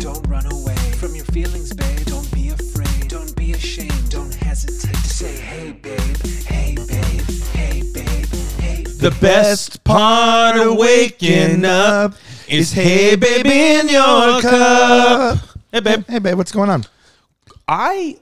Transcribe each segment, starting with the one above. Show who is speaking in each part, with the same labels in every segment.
Speaker 1: Don't run away from your feelings, babe. Don't be afraid. Don't be ashamed. Don't hesitate to say, hey, babe. Hey, babe. Hey, babe. Hey,
Speaker 2: The best part of waking up is hey baby in your cup. Hey babe.
Speaker 3: Hey, babe, what's going on?
Speaker 2: I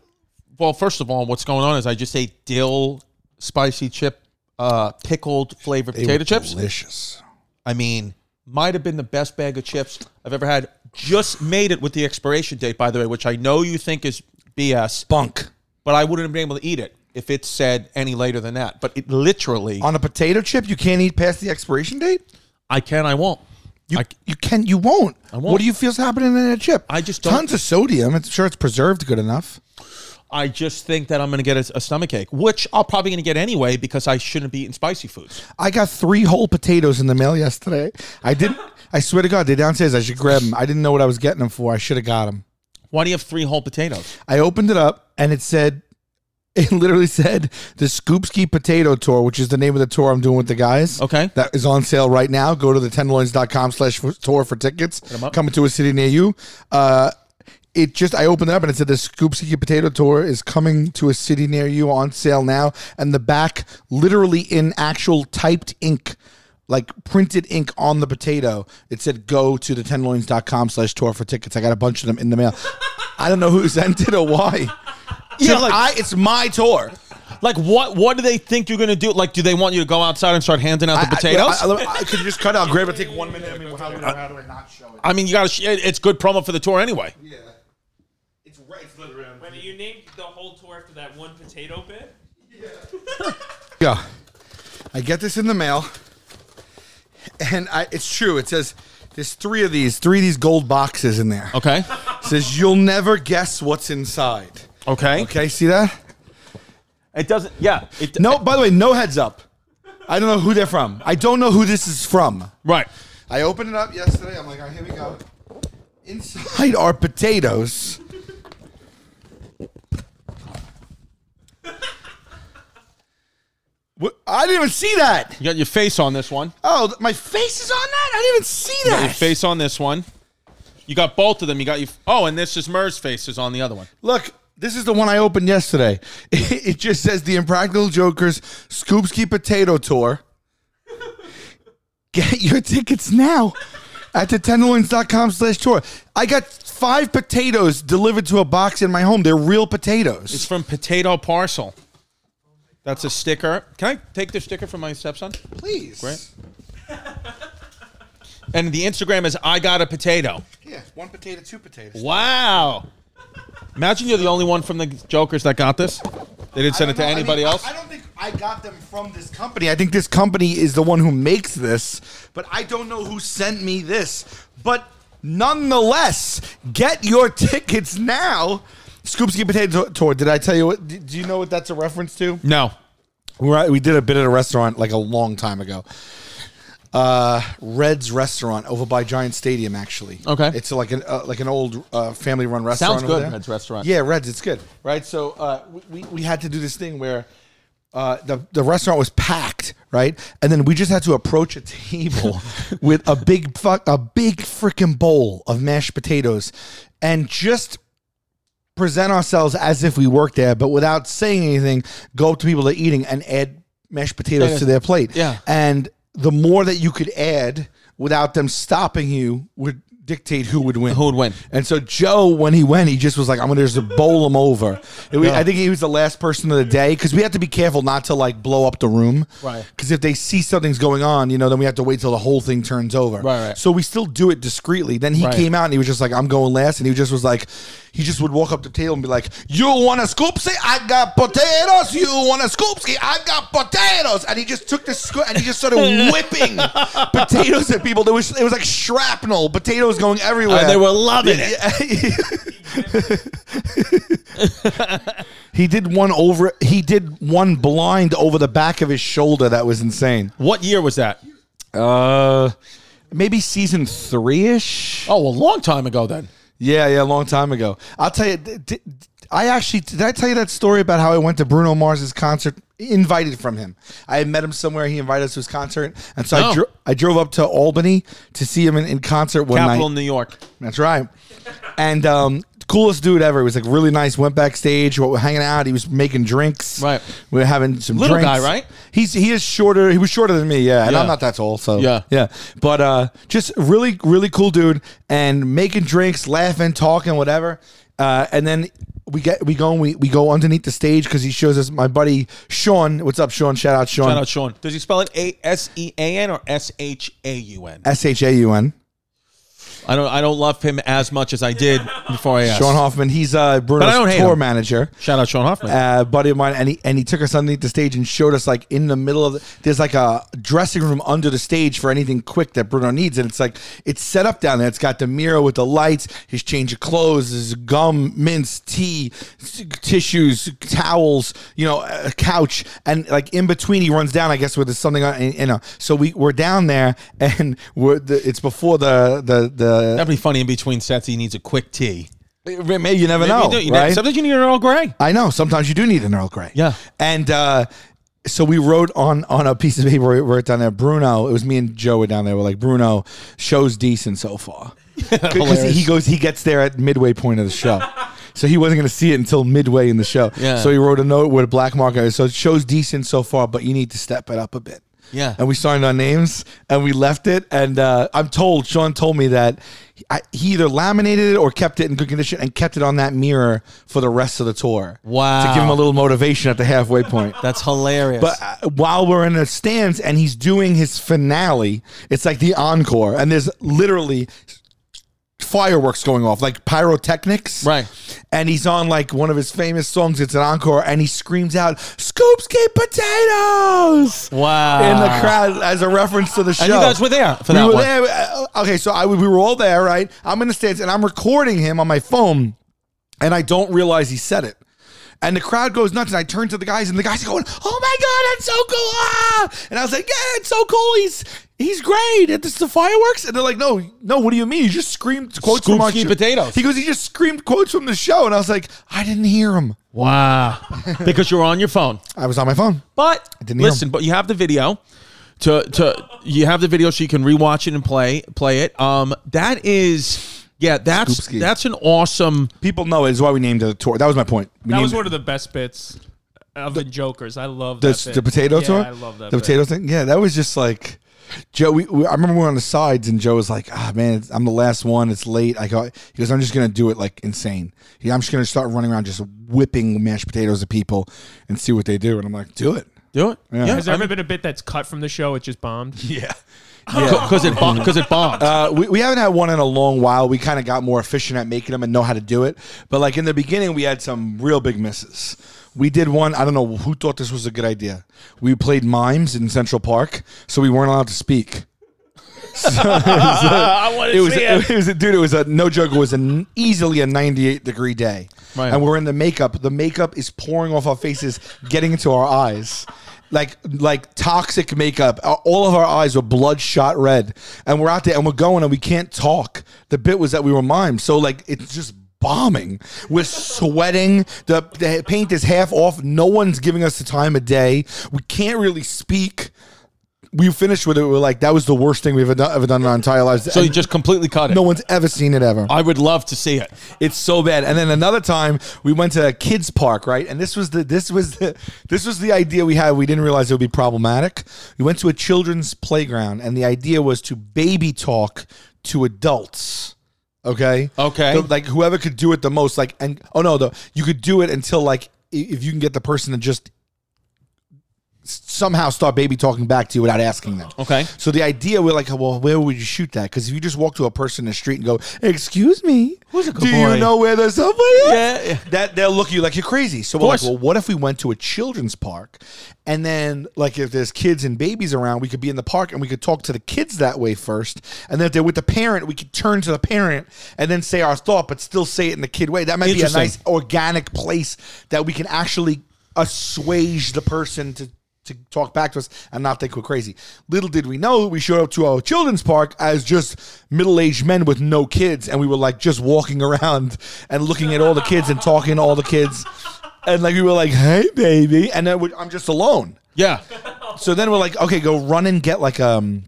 Speaker 4: Well, first of all, what's going on is I just ate dill, spicy chip, uh, pickled flavored
Speaker 3: They
Speaker 4: potato
Speaker 3: were
Speaker 4: chips.
Speaker 3: Delicious.
Speaker 4: I mean, might have been the best bag of chips I've ever had. Just made it with the expiration date, by the way, which I know you think is BS,
Speaker 3: Bunk.
Speaker 4: but I wouldn't have been able to eat it if it said any later than that. But it literally,
Speaker 3: On a potato chip, you can't eat past the expiration date?
Speaker 4: I can, I won't.
Speaker 3: You,
Speaker 4: I-
Speaker 3: you can you won't.
Speaker 4: won't.
Speaker 3: What do you feel's happening in that chip?
Speaker 4: I just don't-
Speaker 3: tons of sodium. I'm sure it's preserved good enough.
Speaker 4: I just think that I'm going to get a, a stomach ache, which I'm probably going to get anyway because I shouldn't be eating spicy foods.
Speaker 3: I got three whole potatoes in the mail yesterday. I didn't. I swear to God, they downstairs. I should grab them. I didn't know what I was getting them for. I should have got them.
Speaker 4: Why do you have three whole potatoes?
Speaker 3: I opened it up and it said, it literally said the Scoopski Potato Tour, which is the name of the tour I'm doing with the guys.
Speaker 4: Okay.
Speaker 3: That is on sale right now. Go to the tenderloins.com slash tour for tickets.
Speaker 4: 'em up.
Speaker 3: Coming to a city near you. Uh, it just, I opened it up and it said the Scoopski Potato Tour is coming to a city near you on sale now. And the back, literally in actual typed ink, like printed ink on the potato, it said go to the tenderloins.com slash tour for tickets. I got a bunch of them in the mail. I don't know who sent it or why.
Speaker 4: Yeah,
Speaker 3: Dude,
Speaker 4: like-
Speaker 3: I, it's my tour.
Speaker 4: Like, what What do they think you're going to do? Like, do they want you to go outside and start handing out the potatoes?
Speaker 3: I, I, I, could you just cut out, grab it, take one minute. I mean, how, how do I not show it?
Speaker 4: I mean, you got to. It's good promo for the tour anyway.
Speaker 3: It's right. It's literally on.
Speaker 5: Whether you named the whole tour after that one potato bit.
Speaker 3: Go. I get this in the mail, and I, it's true. It says there's three of these, three of these gold boxes in there.
Speaker 4: Okay.
Speaker 3: It says you'll never guess what's inside.
Speaker 4: Okay.
Speaker 3: Okay, see that?
Speaker 4: It doesn't. Yeah. It,
Speaker 3: No. By the way, no heads up. I don't know who they're from. I don't know who this is from.
Speaker 4: Right.
Speaker 3: I opened it up yesterday. I'm like, all right, here we go. Inside are potatoes. what? I didn't even see that.
Speaker 4: You got your face on this one.
Speaker 3: Oh, th- my face is on that? I didn't even see
Speaker 4: You got your
Speaker 3: that.
Speaker 4: face on this one. You got both of them. You got your. Oh, and this is Murr's face is on the other one.
Speaker 3: Look, this is the one I opened yesterday. It, it just says The Impractical Jokers Scoopski Potato Tour. Get your tickets now at the tenderloins.com slash tour. I got five potatoes delivered to a box in my home. They're real potatoes.
Speaker 4: It's from Potato Parcel. That's a sticker. Can I take the sticker from my stepson?
Speaker 3: Please.
Speaker 4: Great. And the Instagram is I got a potato.
Speaker 3: Yeah, one potato, two potatoes.
Speaker 4: Wow. Imagine you're the only one from the Jokers that got this. They didn't send it to anybody else.
Speaker 3: I don't think I got them from this company. I think this company is the one who makes this, but I don't know who sent me this. But nonetheless, get your tickets now. Scoopski Potato Tour. Did I tell you what? d- Do you know what that's a reference to?
Speaker 4: no.
Speaker 3: We were, at- we did a bit at a restaurant like a long time ago. Uh, Red's Restaurant over by Giant Stadium, actually.
Speaker 4: Okay.
Speaker 3: it's like an uh, like an old uh, family-run restaurant. over
Speaker 4: good,
Speaker 3: there.
Speaker 4: Red's Restaurant.
Speaker 3: Yeah, Red's, it's good, right? So uh, we- we we had to do this thing where. Uh, the, the restaurant was packed, right? And then we just had to approach a table with a big fuck, a big freaking bowl of mashed potatoes, and just present ourselves as if we work there, but without saying anything, go up to people that are eating and add mashed potatoes to their plate.
Speaker 4: Yeah.
Speaker 3: And the more that you could add without them stopping you would dictate who would win.
Speaker 4: Who would win.
Speaker 3: And so Joe, when he went, he just was like, I'm going to just bowl him over. It was- I think he was the last person of the day because we had to be careful not to like blow up the room.
Speaker 4: Right.
Speaker 3: Because if they see something's going on, you know, then we have to wait till the whole thing turns over.
Speaker 4: Right, right.
Speaker 3: So we still do it discreetly. Then he
Speaker 4: Right.
Speaker 3: came out and he was just like, I'm going last. And he just was like, he just would walk up to the table and be like, You want a scoopsie? I got potatoes. You want a scoopsie? I got potatoes. And he just took the scoop and he just started whipping potatoes at people. There was, it was like shrapnel, potatoes going everywhere.
Speaker 4: Uh, they were loving it.
Speaker 3: he did one over, he did one blind over the back of his shoulder. That was insane.
Speaker 4: What year was that?
Speaker 3: Uh, maybe season three ish.
Speaker 4: Oh, a long time ago then.
Speaker 3: Yeah, yeah, a long time ago. I'll tell you. Did, I actually did I tell you that story about how I went to Bruno Mars's concert invited from him. I had met him somewhere. He invited us to his concert, and so
Speaker 4: Oh.
Speaker 3: I, dro- I drove up to Albany to see him in, in concert one
Speaker 4: Capital
Speaker 3: night.
Speaker 4: New York.
Speaker 3: That's right. And um, coolest dude ever. He was like really nice. Went backstage. We were hanging out. He was making drinks.
Speaker 4: Right.
Speaker 3: We were having some
Speaker 4: Little guy,
Speaker 3: drinks.
Speaker 4: right?
Speaker 3: He's he is shorter. He was shorter than me. Yeah. And
Speaker 4: Yeah.
Speaker 3: I'm not that tall. So
Speaker 4: Yeah.
Speaker 3: yeah. But uh, just really really cool dude and making drinks, laughing, talking, whatever. Uh, and then. We get we go and we, we go underneath the stage because he shows us my buddy Sean. What's up, Sean? Shout out Sean.
Speaker 4: Shout out Sean. Does he spell it A S E A N or S H A U N?
Speaker 3: S H A U N.
Speaker 4: I don't. I don't love him as much as I did before I asked.
Speaker 3: Sean Hoffman. He's uh, Bruno's
Speaker 4: don't hate
Speaker 3: tour
Speaker 4: him.
Speaker 3: manager.
Speaker 4: Shout out Sean Hoffman.
Speaker 3: uh, buddy of mine, and he and he took us underneath the stage and showed us like in the middle of the, there's like a dressing room under the stage for anything quick that Bruno needs, and it's like it's set up down there. It's got the mirror with the lights, his change of clothes, his gum, mints, tea, s- tissues, towels, you know, a couch, and like in between he runs down, I guess, with something on. In, in a, so we we're down there, and we're the, it's before the the the.
Speaker 4: That'd be funny in between sets. He needs a quick tea.
Speaker 3: Maybe you
Speaker 4: Maybe
Speaker 3: never know,
Speaker 4: you do- you
Speaker 3: right?
Speaker 4: know, Sometimes you need an Earl Grey.
Speaker 3: I know. Sometimes you do need an Earl Grey.
Speaker 4: Yeah.
Speaker 3: And uh, so we wrote on on a piece of paper. We wrote down there. Bruno. It was me and Joe were down there. We're like, Bruno shows decent so far. Because he goes, he gets there at midway point of the show. So he wasn't going to see it until midway in the show.
Speaker 4: Yeah.
Speaker 3: So he wrote a note with a black marker. So it shows decent so far, but you need to step it up a bit.
Speaker 4: Yeah.
Speaker 3: And we signed our names and we left it. And uh, I'm told, Sean told me that he- I, he either laminated it or kept it in good condition and kept it on that mirror for the rest of the tour.
Speaker 4: Wow.
Speaker 3: To give him a little motivation at the halfway point.
Speaker 4: That's hilarious.
Speaker 3: But uh, while we're in the stands and he's doing his finale, it's like the encore, and there's literally fireworks going off, like pyrotechnics.
Speaker 4: Right.
Speaker 3: And he's on like one of his famous songs. It's an encore, and he screams out, "Scoops get potatoes!"
Speaker 4: wow.
Speaker 3: In the crowd, as a reference to the show,
Speaker 4: Ah. And you guys were there for
Speaker 3: we
Speaker 4: that
Speaker 3: were
Speaker 4: one.
Speaker 3: there. uh, Okay, so I we were all there, right? I'm in the stands and I'm recording him on my phone, and I don't realize he said it. And the crowd goes nuts, and I turn to the guys, and the guys are going, "Oh my god, that's so cool!" Ah! And I was like, "Yeah, it's so cool. He's he's great. It's the fireworks." And they're like, "No, no. What do you mean? You just screamed quotes from
Speaker 4: Scoops
Speaker 3: our
Speaker 4: eat
Speaker 3: show."
Speaker 4: potatoes.
Speaker 3: He goes, "He just screamed quotes from the show," and I was like, "I didn't hear him.
Speaker 4: Wow. because you were on your phone.
Speaker 3: I was on my phone."
Speaker 4: But
Speaker 3: didn't hear
Speaker 4: listen, but you have the video. To to you have the video so you can rewatch it and play play it. Um, that is yeah, that's
Speaker 3: Scoopski.
Speaker 4: that's an awesome.
Speaker 3: People know it is why we named it a tour. That was my point. We
Speaker 5: That
Speaker 3: named
Speaker 5: was
Speaker 3: it-
Speaker 5: one of the best bits of the, Jokers. I love
Speaker 3: the,
Speaker 5: that bit.
Speaker 3: the potato
Speaker 5: yeah,
Speaker 3: tour.
Speaker 5: I love that.
Speaker 3: The
Speaker 5: bit.
Speaker 3: potato thing. Yeah, that was just like Joe. We, we, I remember we were on the sides, and Joe was like, "Ah, man, it's- I'm the last one. It's late." I go. He goes, "I'm just gonna do it like insane. Yeah, I'm just gonna start running around, just whippting mashed potatoes at people, and see what they do." And I'm like, "Do it."
Speaker 4: Do it.
Speaker 3: Yeah.
Speaker 5: Has there ever been a bit that's cut from the show? It just bombed.
Speaker 3: Yeah.
Speaker 4: because it bombed. Because it bombed.
Speaker 3: Uh, we, we haven't had one in a long while. We kind of got more efficient at making them and know how to do it. But like in the beginning, we had some real big misses. We did one. I don't know who thought this was a good idea. We played mimes in Central Park, so we weren't allowed to speak.
Speaker 5: I want
Speaker 3: it
Speaker 5: to
Speaker 3: was
Speaker 5: see
Speaker 3: it.
Speaker 5: it.
Speaker 3: was a dude. It was a no joke. It was an easily a 98 degree day,
Speaker 4: Right.
Speaker 3: and we're in the makeup. The makeup is pouring off our faces, getting into our eyes. Like like toxic makeup. Uh, All of our eyes were bloodshot red, and we're out there and we're going and we can't talk. The bit was that we were mimes, so like it's just bombing. We're sweating. The, the paint is half off. No one's giving us the time of day. We can't really speak. We finished with it. We're like, that was the worst thing we've ever done, ever done in our entire lives.
Speaker 4: so
Speaker 3: And-
Speaker 4: you just completely cut it.
Speaker 3: no one's ever seen it ever.
Speaker 4: I would love to see it.
Speaker 3: It's so bad. And then another time we went to a kids park, right? And this was the this was the this was the idea we had. We didn't realize it would be problematic. We went to a children's playground and the idea was to baby talk to adults. Okay?
Speaker 4: Okay.
Speaker 3: So, like whoever could do it the most like and oh no, the you could do it until like i- if you can get the person to just somehow start baby talking back to you without asking them.
Speaker 4: Okay.
Speaker 3: So the idea, we're like, well, where would you shoot that? Because if you just walk to a person in the street and go, "Excuse me,
Speaker 4: Who's a good
Speaker 3: do
Speaker 4: boy?"
Speaker 3: you know where the subway is?"
Speaker 4: Yeah, yeah.
Speaker 3: that they'll look at you like you're crazy. So we're like,
Speaker 4: course.
Speaker 3: well, what if we went to a children's park, and then like if there's kids and babies around, we could be in the park and we could talk to the kids that way first, and then if they're with the parent, we could turn to the parent and then say our thought, but still say it in the kid way. That might be a
Speaker 4: Interesting.
Speaker 3: nice organic place that we can actually assuage the person to to talk back to us and not think we're crazy. Little did we know, we showed up to our children's park as just middle-aged men with no kids, and we were like just walking around and looking at all the kids and talking to all the kids. and like we were like, "Hey, baby," and then we- I'm just alone.
Speaker 4: Yeah.
Speaker 3: So then we're like, "Okay, go run and get like um."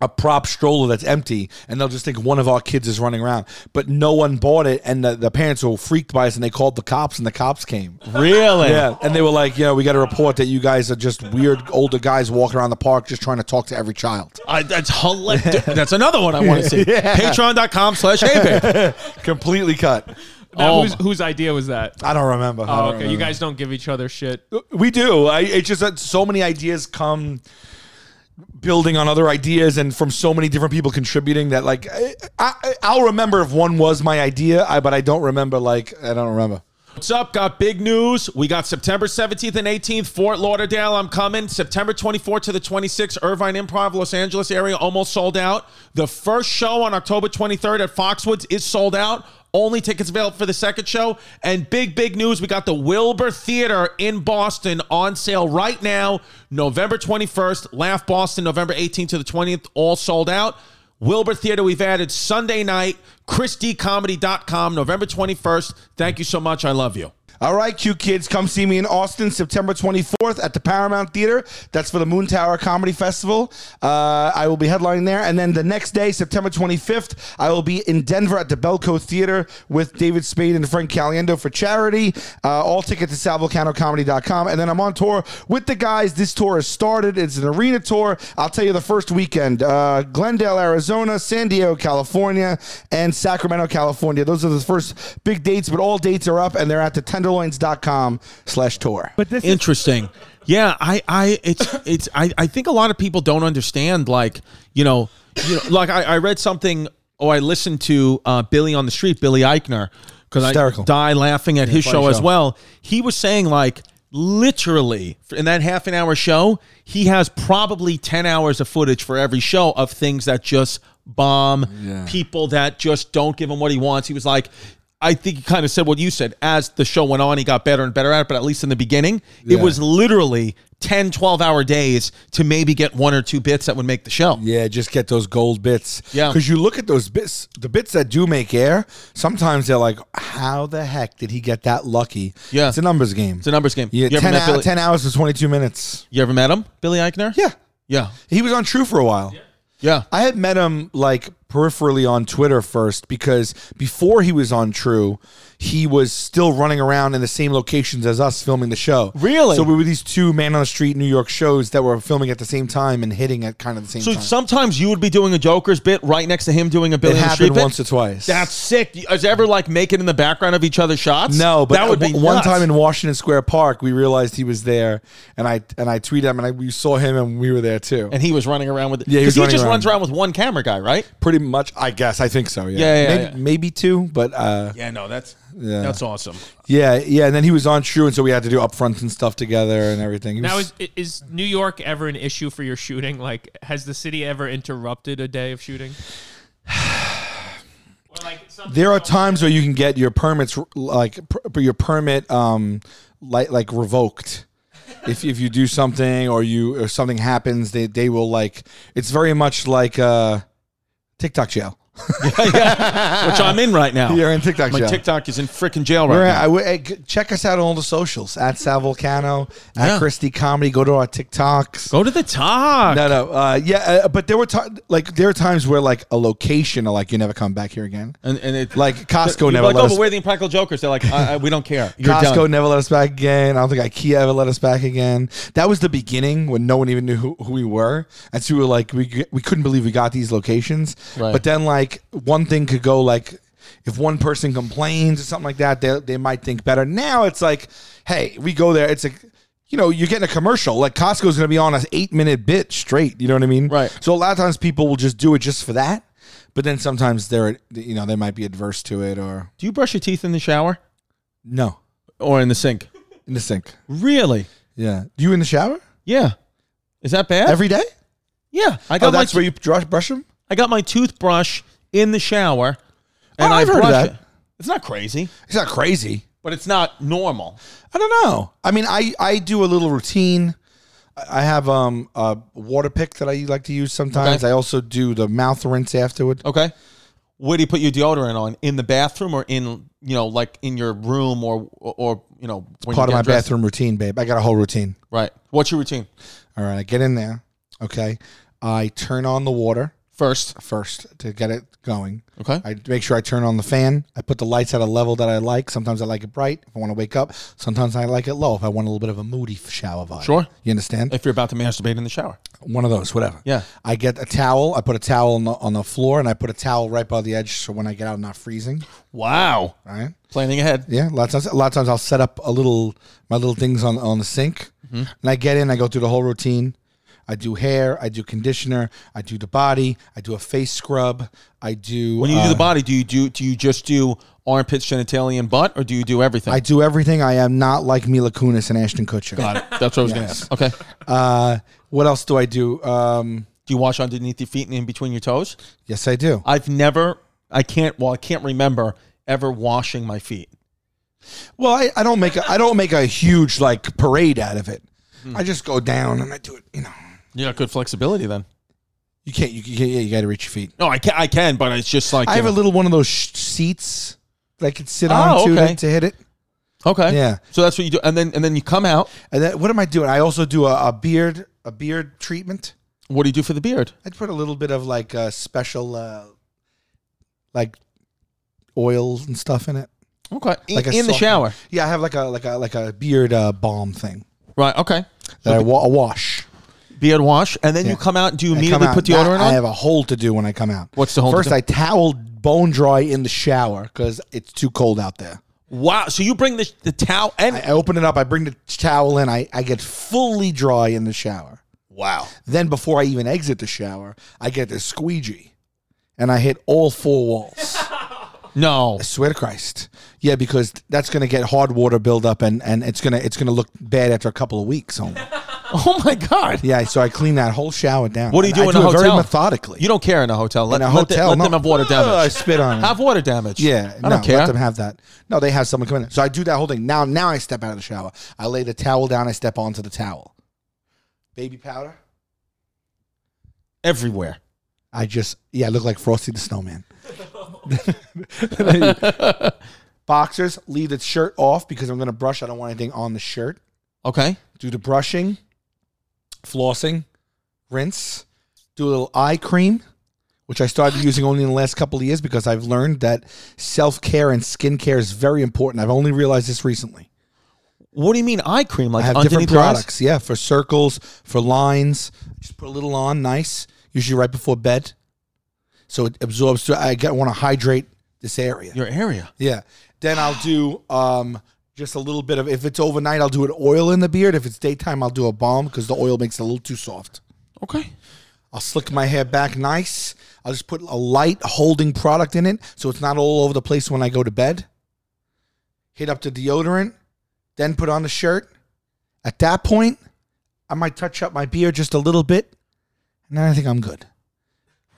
Speaker 3: A prop stroller that's empty, and they'll just think one of our kids is running around. But no one bought it, and the, the parents were freaked by us, and they called the cops, and the cops came.
Speaker 4: Really?
Speaker 3: Yeah, and they were like, "Yeah, we got a report that you guys are just weird older guys walking around the park, just trying to talk to every child."
Speaker 4: I, that's hilarious. that's another one I want to see. Patreon.com slash hey
Speaker 3: Completely cut.
Speaker 5: Now,
Speaker 4: Oh
Speaker 5: whose,
Speaker 4: my-
Speaker 5: whose idea was that?
Speaker 3: I don't remember. I
Speaker 5: Oh,
Speaker 3: don't
Speaker 5: okay. You
Speaker 3: remember.
Speaker 5: guys don't give each other shit.
Speaker 3: We do. I, it's just that so many ideas come building on other ideas and from so many different people contributing that like I, I, I'll remember if one was my idea, I, but I don't remember like I don't remember.
Speaker 4: What's up? Got big news. We got September 17th and 18th, Fort Lauderdale. I'm coming. September 24th to the 26th, Irvine Improv, Los Angeles area, almost sold out. The first show on October 23rd at Foxwoods is sold out. Only tickets available for the second show. And big, big news. We got the Wilbur Theater in Boston on sale right now, November 21st. Laugh Boston, November 18th to the 20th, all sold out. Wilbur Theater, we've added Sunday night, ChristyComedy.com, November 21st. Thank you so much. I love you.
Speaker 3: All right, Q kids, come see me in Austin September 24th at the Paramount Theater. That's for the Moon Tower Comedy Festival. Uh, I will be headlining there. And then the next day, September 25th, I will be in Denver at the Belco Theater with David Spade and Frank Caliendo for charity. Uh, all tickets at salvolcanocomedy.com. And then I'm on tour with the guys. This tour has started. It's an arena tour. I'll tell you the first weekend uh, Glendale, Arizona, San Diego, California, and Sacramento, California. Those are the first big dates, but all dates are up and they're at the tenderloins.com slash tour.
Speaker 6: But this is
Speaker 4: Interesting. Yeah, I, I, it's, it's, I, I think a lot of people don't understand, like, you know, you know, like I, I read something or I listened to uh, Billy on the Street, Billy Eichner, because I
Speaker 3: Hysterical.
Speaker 4: die laughing at his
Speaker 3: funny
Speaker 4: show, as
Speaker 3: show.
Speaker 4: well. He was saying, like, literally in that half an hour show, he has probably 10 hours of footage for every show of things that just bomb, people that just don't give him what he wants. He was like, I think he kind of said what you said. As the show went on, he got better and better at it, but at least in the beginning, it was literally 10, 12 hour days to maybe get one or two bits that would make the show.
Speaker 3: Yeah, just get those gold bits.
Speaker 4: Yeah.
Speaker 3: Because you look at those bits, the bits that do make air, sometimes they're like, how the heck did he get that lucky?
Speaker 4: Yeah.
Speaker 3: It's a numbers game.
Speaker 4: It's a numbers game.
Speaker 3: yeah,
Speaker 4: you, ever
Speaker 3: 10,
Speaker 4: met
Speaker 3: hou-
Speaker 4: Billy,
Speaker 3: 10 hours to 22 minutes.
Speaker 4: you ever met him, Billy Eichner?
Speaker 3: Yeah.
Speaker 4: Yeah.
Speaker 3: He was on True for a while.
Speaker 4: Yeah.
Speaker 3: I had met him like peripherally on Twitter first because before he was on True, he was still running around in the same locations as us filming the show.
Speaker 4: Really?
Speaker 3: So we were these two man on the street New York shows that were filming at the same time and hitting at kind of the same
Speaker 4: So
Speaker 3: time.
Speaker 4: sometimes you would be doing a Joker's bit right next to him doing a Billy on
Speaker 3: it
Speaker 4: the Street
Speaker 3: happened
Speaker 4: bit?
Speaker 3: once or twice.
Speaker 4: That's sick. You- Is ever like making in the background of each other's shots?
Speaker 3: No, but
Speaker 4: that would be
Speaker 3: w- one
Speaker 4: nuts.
Speaker 3: time in Washington Square Park, we realized he was there, and I and I tweeted him, and I, we saw him, and we were there too.
Speaker 4: and he was running around with
Speaker 3: Yeah, he
Speaker 4: because
Speaker 3: was
Speaker 4: he,
Speaker 3: running
Speaker 4: just
Speaker 3: around.
Speaker 4: runs around with one camera guy, right?
Speaker 3: Pretty much, I guess, I think so. Yeah,
Speaker 4: Yeah, yeah,
Speaker 3: maybe,
Speaker 4: yeah.
Speaker 3: maybe two, but uh,
Speaker 4: Yeah, no, that's
Speaker 3: Yeah.
Speaker 4: that's awesome.
Speaker 3: yeah, yeah. And then he was on True, and so we had to do upfronts and stuff together and everything. He
Speaker 5: Now
Speaker 3: was-
Speaker 5: is i- is New York ever an issue for your shooting? Like, has the city ever interrupted a day of shooting? Or like something-
Speaker 3: there are times where you can get your permits like per, your permit um like like revoked if if you do something or you or something happens they they will like it's very much like uh TikTok jail.
Speaker 4: Which I'm in right now.
Speaker 3: Ah. You're in TikTok
Speaker 4: My
Speaker 3: jail.
Speaker 4: Oh. TikTok is in freaking jail right
Speaker 3: We're at,
Speaker 4: now.
Speaker 3: I would- hey, g- check us out on all the socials at Sal Volcano, at
Speaker 4: Yeah.
Speaker 3: Christy Comedy. Go to our TikToks.
Speaker 4: Go to the top.
Speaker 3: No, no, uh, yeah, uh, but there were ti- like there are times where like a location, are like you never come back here again.
Speaker 4: And, and it,
Speaker 3: Like Costco
Speaker 4: people are
Speaker 3: never
Speaker 4: like,
Speaker 3: let
Speaker 4: oh,
Speaker 3: us
Speaker 4: but we're the Impractical Jokers. They're like, I, I, we don't care. You're
Speaker 3: Costco
Speaker 4: done.
Speaker 3: never let us back again. I don't think IKEA ever let us back again. That was the beginning when no one even knew who, who we were, and so we were like, we we couldn't believe we got these locations.
Speaker 4: Right.
Speaker 3: But then like one thing could go like. If one person complains or something like that, they, they might think better. Now it's like, hey, we go there. It's like, you know, you're getting a commercial. Like Costco's going to be on an eight minute bit straight. You know what I mean?
Speaker 4: Right.
Speaker 3: So a lot of times people will just do it just for that. But then sometimes they're, you know, they might be adverse to it or
Speaker 4: Do you brush your teeth in the shower
Speaker 3: no
Speaker 4: or in the sink?
Speaker 3: in the sink.
Speaker 4: Really?
Speaker 3: Yeah. You in the shower
Speaker 4: Yeah. Is that bad?
Speaker 3: every day?
Speaker 4: yeah. I got
Speaker 3: Oh,
Speaker 4: my
Speaker 3: that's where you brush, brush them?
Speaker 4: I got my toothbrush in the shower, and
Speaker 3: Oh,
Speaker 4: I
Speaker 3: I've heard of
Speaker 4: brush
Speaker 3: that.
Speaker 4: it. It's not crazy,
Speaker 3: It's not crazy.
Speaker 4: but it's not normal.
Speaker 3: I don't know. I mean, I, I do a little routine. I I have um a water pick that I like to use sometimes.
Speaker 4: Okay. Oh,
Speaker 3: I also do the mouth rinse afterward.
Speaker 4: Okay. Where do you put your deodorant on? In the bathroom or in you know like in your room or or you know, when
Speaker 3: Part
Speaker 4: you
Speaker 3: of my
Speaker 4: get dressed.
Speaker 3: bathroom routine, babe. I got a whole routine.
Speaker 4: Right. What's your routine?
Speaker 3: All right, I get in there. Okay, I turn on the water
Speaker 4: First.
Speaker 3: first to get it going.
Speaker 4: Okay.
Speaker 3: I make sure I turn on the fan. I put the lights at a level that I like. Sometimes I like it bright if I want to wake up. Sometimes I like it low if I want a little bit of a moody f- shower vibe.
Speaker 4: Sure.
Speaker 3: You understand?
Speaker 4: if you're about to masturbate in the shower.
Speaker 3: One of those, whatever.
Speaker 4: Yeah.
Speaker 3: I get a towel. I put a towel on the, on the floor and I put a towel right by the edge so when I get out, I'm not freezing.
Speaker 4: Wow.
Speaker 3: All right.
Speaker 4: Planning ahead.
Speaker 3: Yeah, a lot of times, a lot of times I'll set up a little my little things on on the sink,
Speaker 4: Mm-hmm.
Speaker 3: and I get in, I go through the whole routine. I do hair, I do conditioner, I do the body, I do a face scrub, I do.
Speaker 4: When you do
Speaker 3: uh,
Speaker 4: the body, do you do do you just do armpits, genitalia, and butt, or do you do everything?
Speaker 3: I do everything. I am not like Mila Kunis and Ashton Kutcher.
Speaker 4: Got it. That's what I was gonna ask. Okay.
Speaker 3: Uh, what else do I do? Um,
Speaker 4: Do you wash underneath your feet and in between your toes?
Speaker 3: yes, I do.
Speaker 4: I've never I can't well, I can't remember ever washing my feet.
Speaker 3: Well, I, I don't make a, I don't make a huge like parade out of it.
Speaker 4: Hmm.
Speaker 3: I just go down and I do it. You know,
Speaker 4: You got good flexibility then.
Speaker 3: you can't. You, you, yeah, you got to reach your feet.
Speaker 4: No, I can I can, but it's just like
Speaker 3: I have
Speaker 4: you
Speaker 3: a
Speaker 4: know-
Speaker 3: little one of those sh- seats that I could sit
Speaker 4: Oh,
Speaker 3: on to,
Speaker 4: okay.
Speaker 3: to, to hit it.
Speaker 4: Okay.
Speaker 3: Yeah.
Speaker 4: So that's what you do. And then and then you come out.
Speaker 3: And then, what am I doing? I also do a, a beard a beard treatment.
Speaker 4: What do you do for the beard?
Speaker 3: I'd put a little bit of like a special uh, like oils and stuff in it.
Speaker 4: Okay. In,
Speaker 3: Like a
Speaker 4: in the
Speaker 3: softener.
Speaker 4: shower.
Speaker 3: Yeah, I have like a like a like a beard uh, balm thing
Speaker 4: Right. Okay.
Speaker 3: that I wa- wash.
Speaker 4: Beard wash. And then
Speaker 3: Yeah.
Speaker 4: you come out. Do you
Speaker 3: I
Speaker 4: immediately
Speaker 3: come out-
Speaker 4: put deodorant
Speaker 3: I
Speaker 4: on?
Speaker 3: have a hole to do when I come out.
Speaker 4: What's the hole to
Speaker 3: First,
Speaker 4: do?
Speaker 3: I towel bone dry in the shower because it's too cold out there.
Speaker 4: wow. So you bring the, the towel and
Speaker 3: I open it up. I bring the towel in. I, I get fully dry in the shower.
Speaker 4: wow.
Speaker 3: Then before I even exit the shower, I get this squeegee and I hit all four walls.
Speaker 4: No.
Speaker 3: I swear to Christ. Yeah, because that's gonna get hard water buildup and, and it's gonna it's gonna look bad after a couple of weeks only.
Speaker 4: Oh my god.
Speaker 3: Yeah, so I clean that whole shower down.
Speaker 4: What do you
Speaker 3: And
Speaker 4: do
Speaker 3: I
Speaker 4: in a
Speaker 3: it
Speaker 4: hotel?
Speaker 3: Very methodically.
Speaker 4: You don't care in a hotel. Let,
Speaker 3: in a
Speaker 4: let the-
Speaker 3: hotel.
Speaker 4: let
Speaker 3: no.
Speaker 4: them have water
Speaker 3: Ugh, I
Speaker 4: damage.
Speaker 3: spit on it.
Speaker 4: Have water damage.
Speaker 3: yeah,
Speaker 4: I
Speaker 3: no,
Speaker 4: don't care.
Speaker 3: Let them have that. No, they have someone come in. So I do that whole thing. Now, now I step out of the shower. I lay the towel down. I step onto the towel. Baby powder.
Speaker 4: Everywhere.
Speaker 3: I just yeah, I look like Frosty the Snowman. Boxers, leave the shirt off because I'm gonna brush. I don't want anything on the shirt.
Speaker 4: Okay.
Speaker 3: Do the brushing, flossing, rinse, do a little eye cream, which I started using only in the last couple of years because I've learned that self care and skin care is very important. I've only realized this recently.
Speaker 4: What do you mean eye cream? Like
Speaker 3: I have
Speaker 4: underneath
Speaker 3: different
Speaker 4: your eyes?
Speaker 3: products, yeah, for circles, for lines. Just put a little on, nice. Usually right before bed, so it absorbs. So I want to hydrate this area.
Speaker 4: Your area.
Speaker 3: Yeah. Then I'll do um just a little bit of if it's overnight I'll do an oil in the beard. If it's daytime I'll do a balm because the oil makes it a little too soft.
Speaker 4: Okay.
Speaker 3: I'll slick my hair back nice. I'll just put a light holding product in it so it's not all over the place when I go to bed. Hit up the deodorant, then put on the shirt. At that point, I might touch up my beard just a little bit, and then I think I'm good.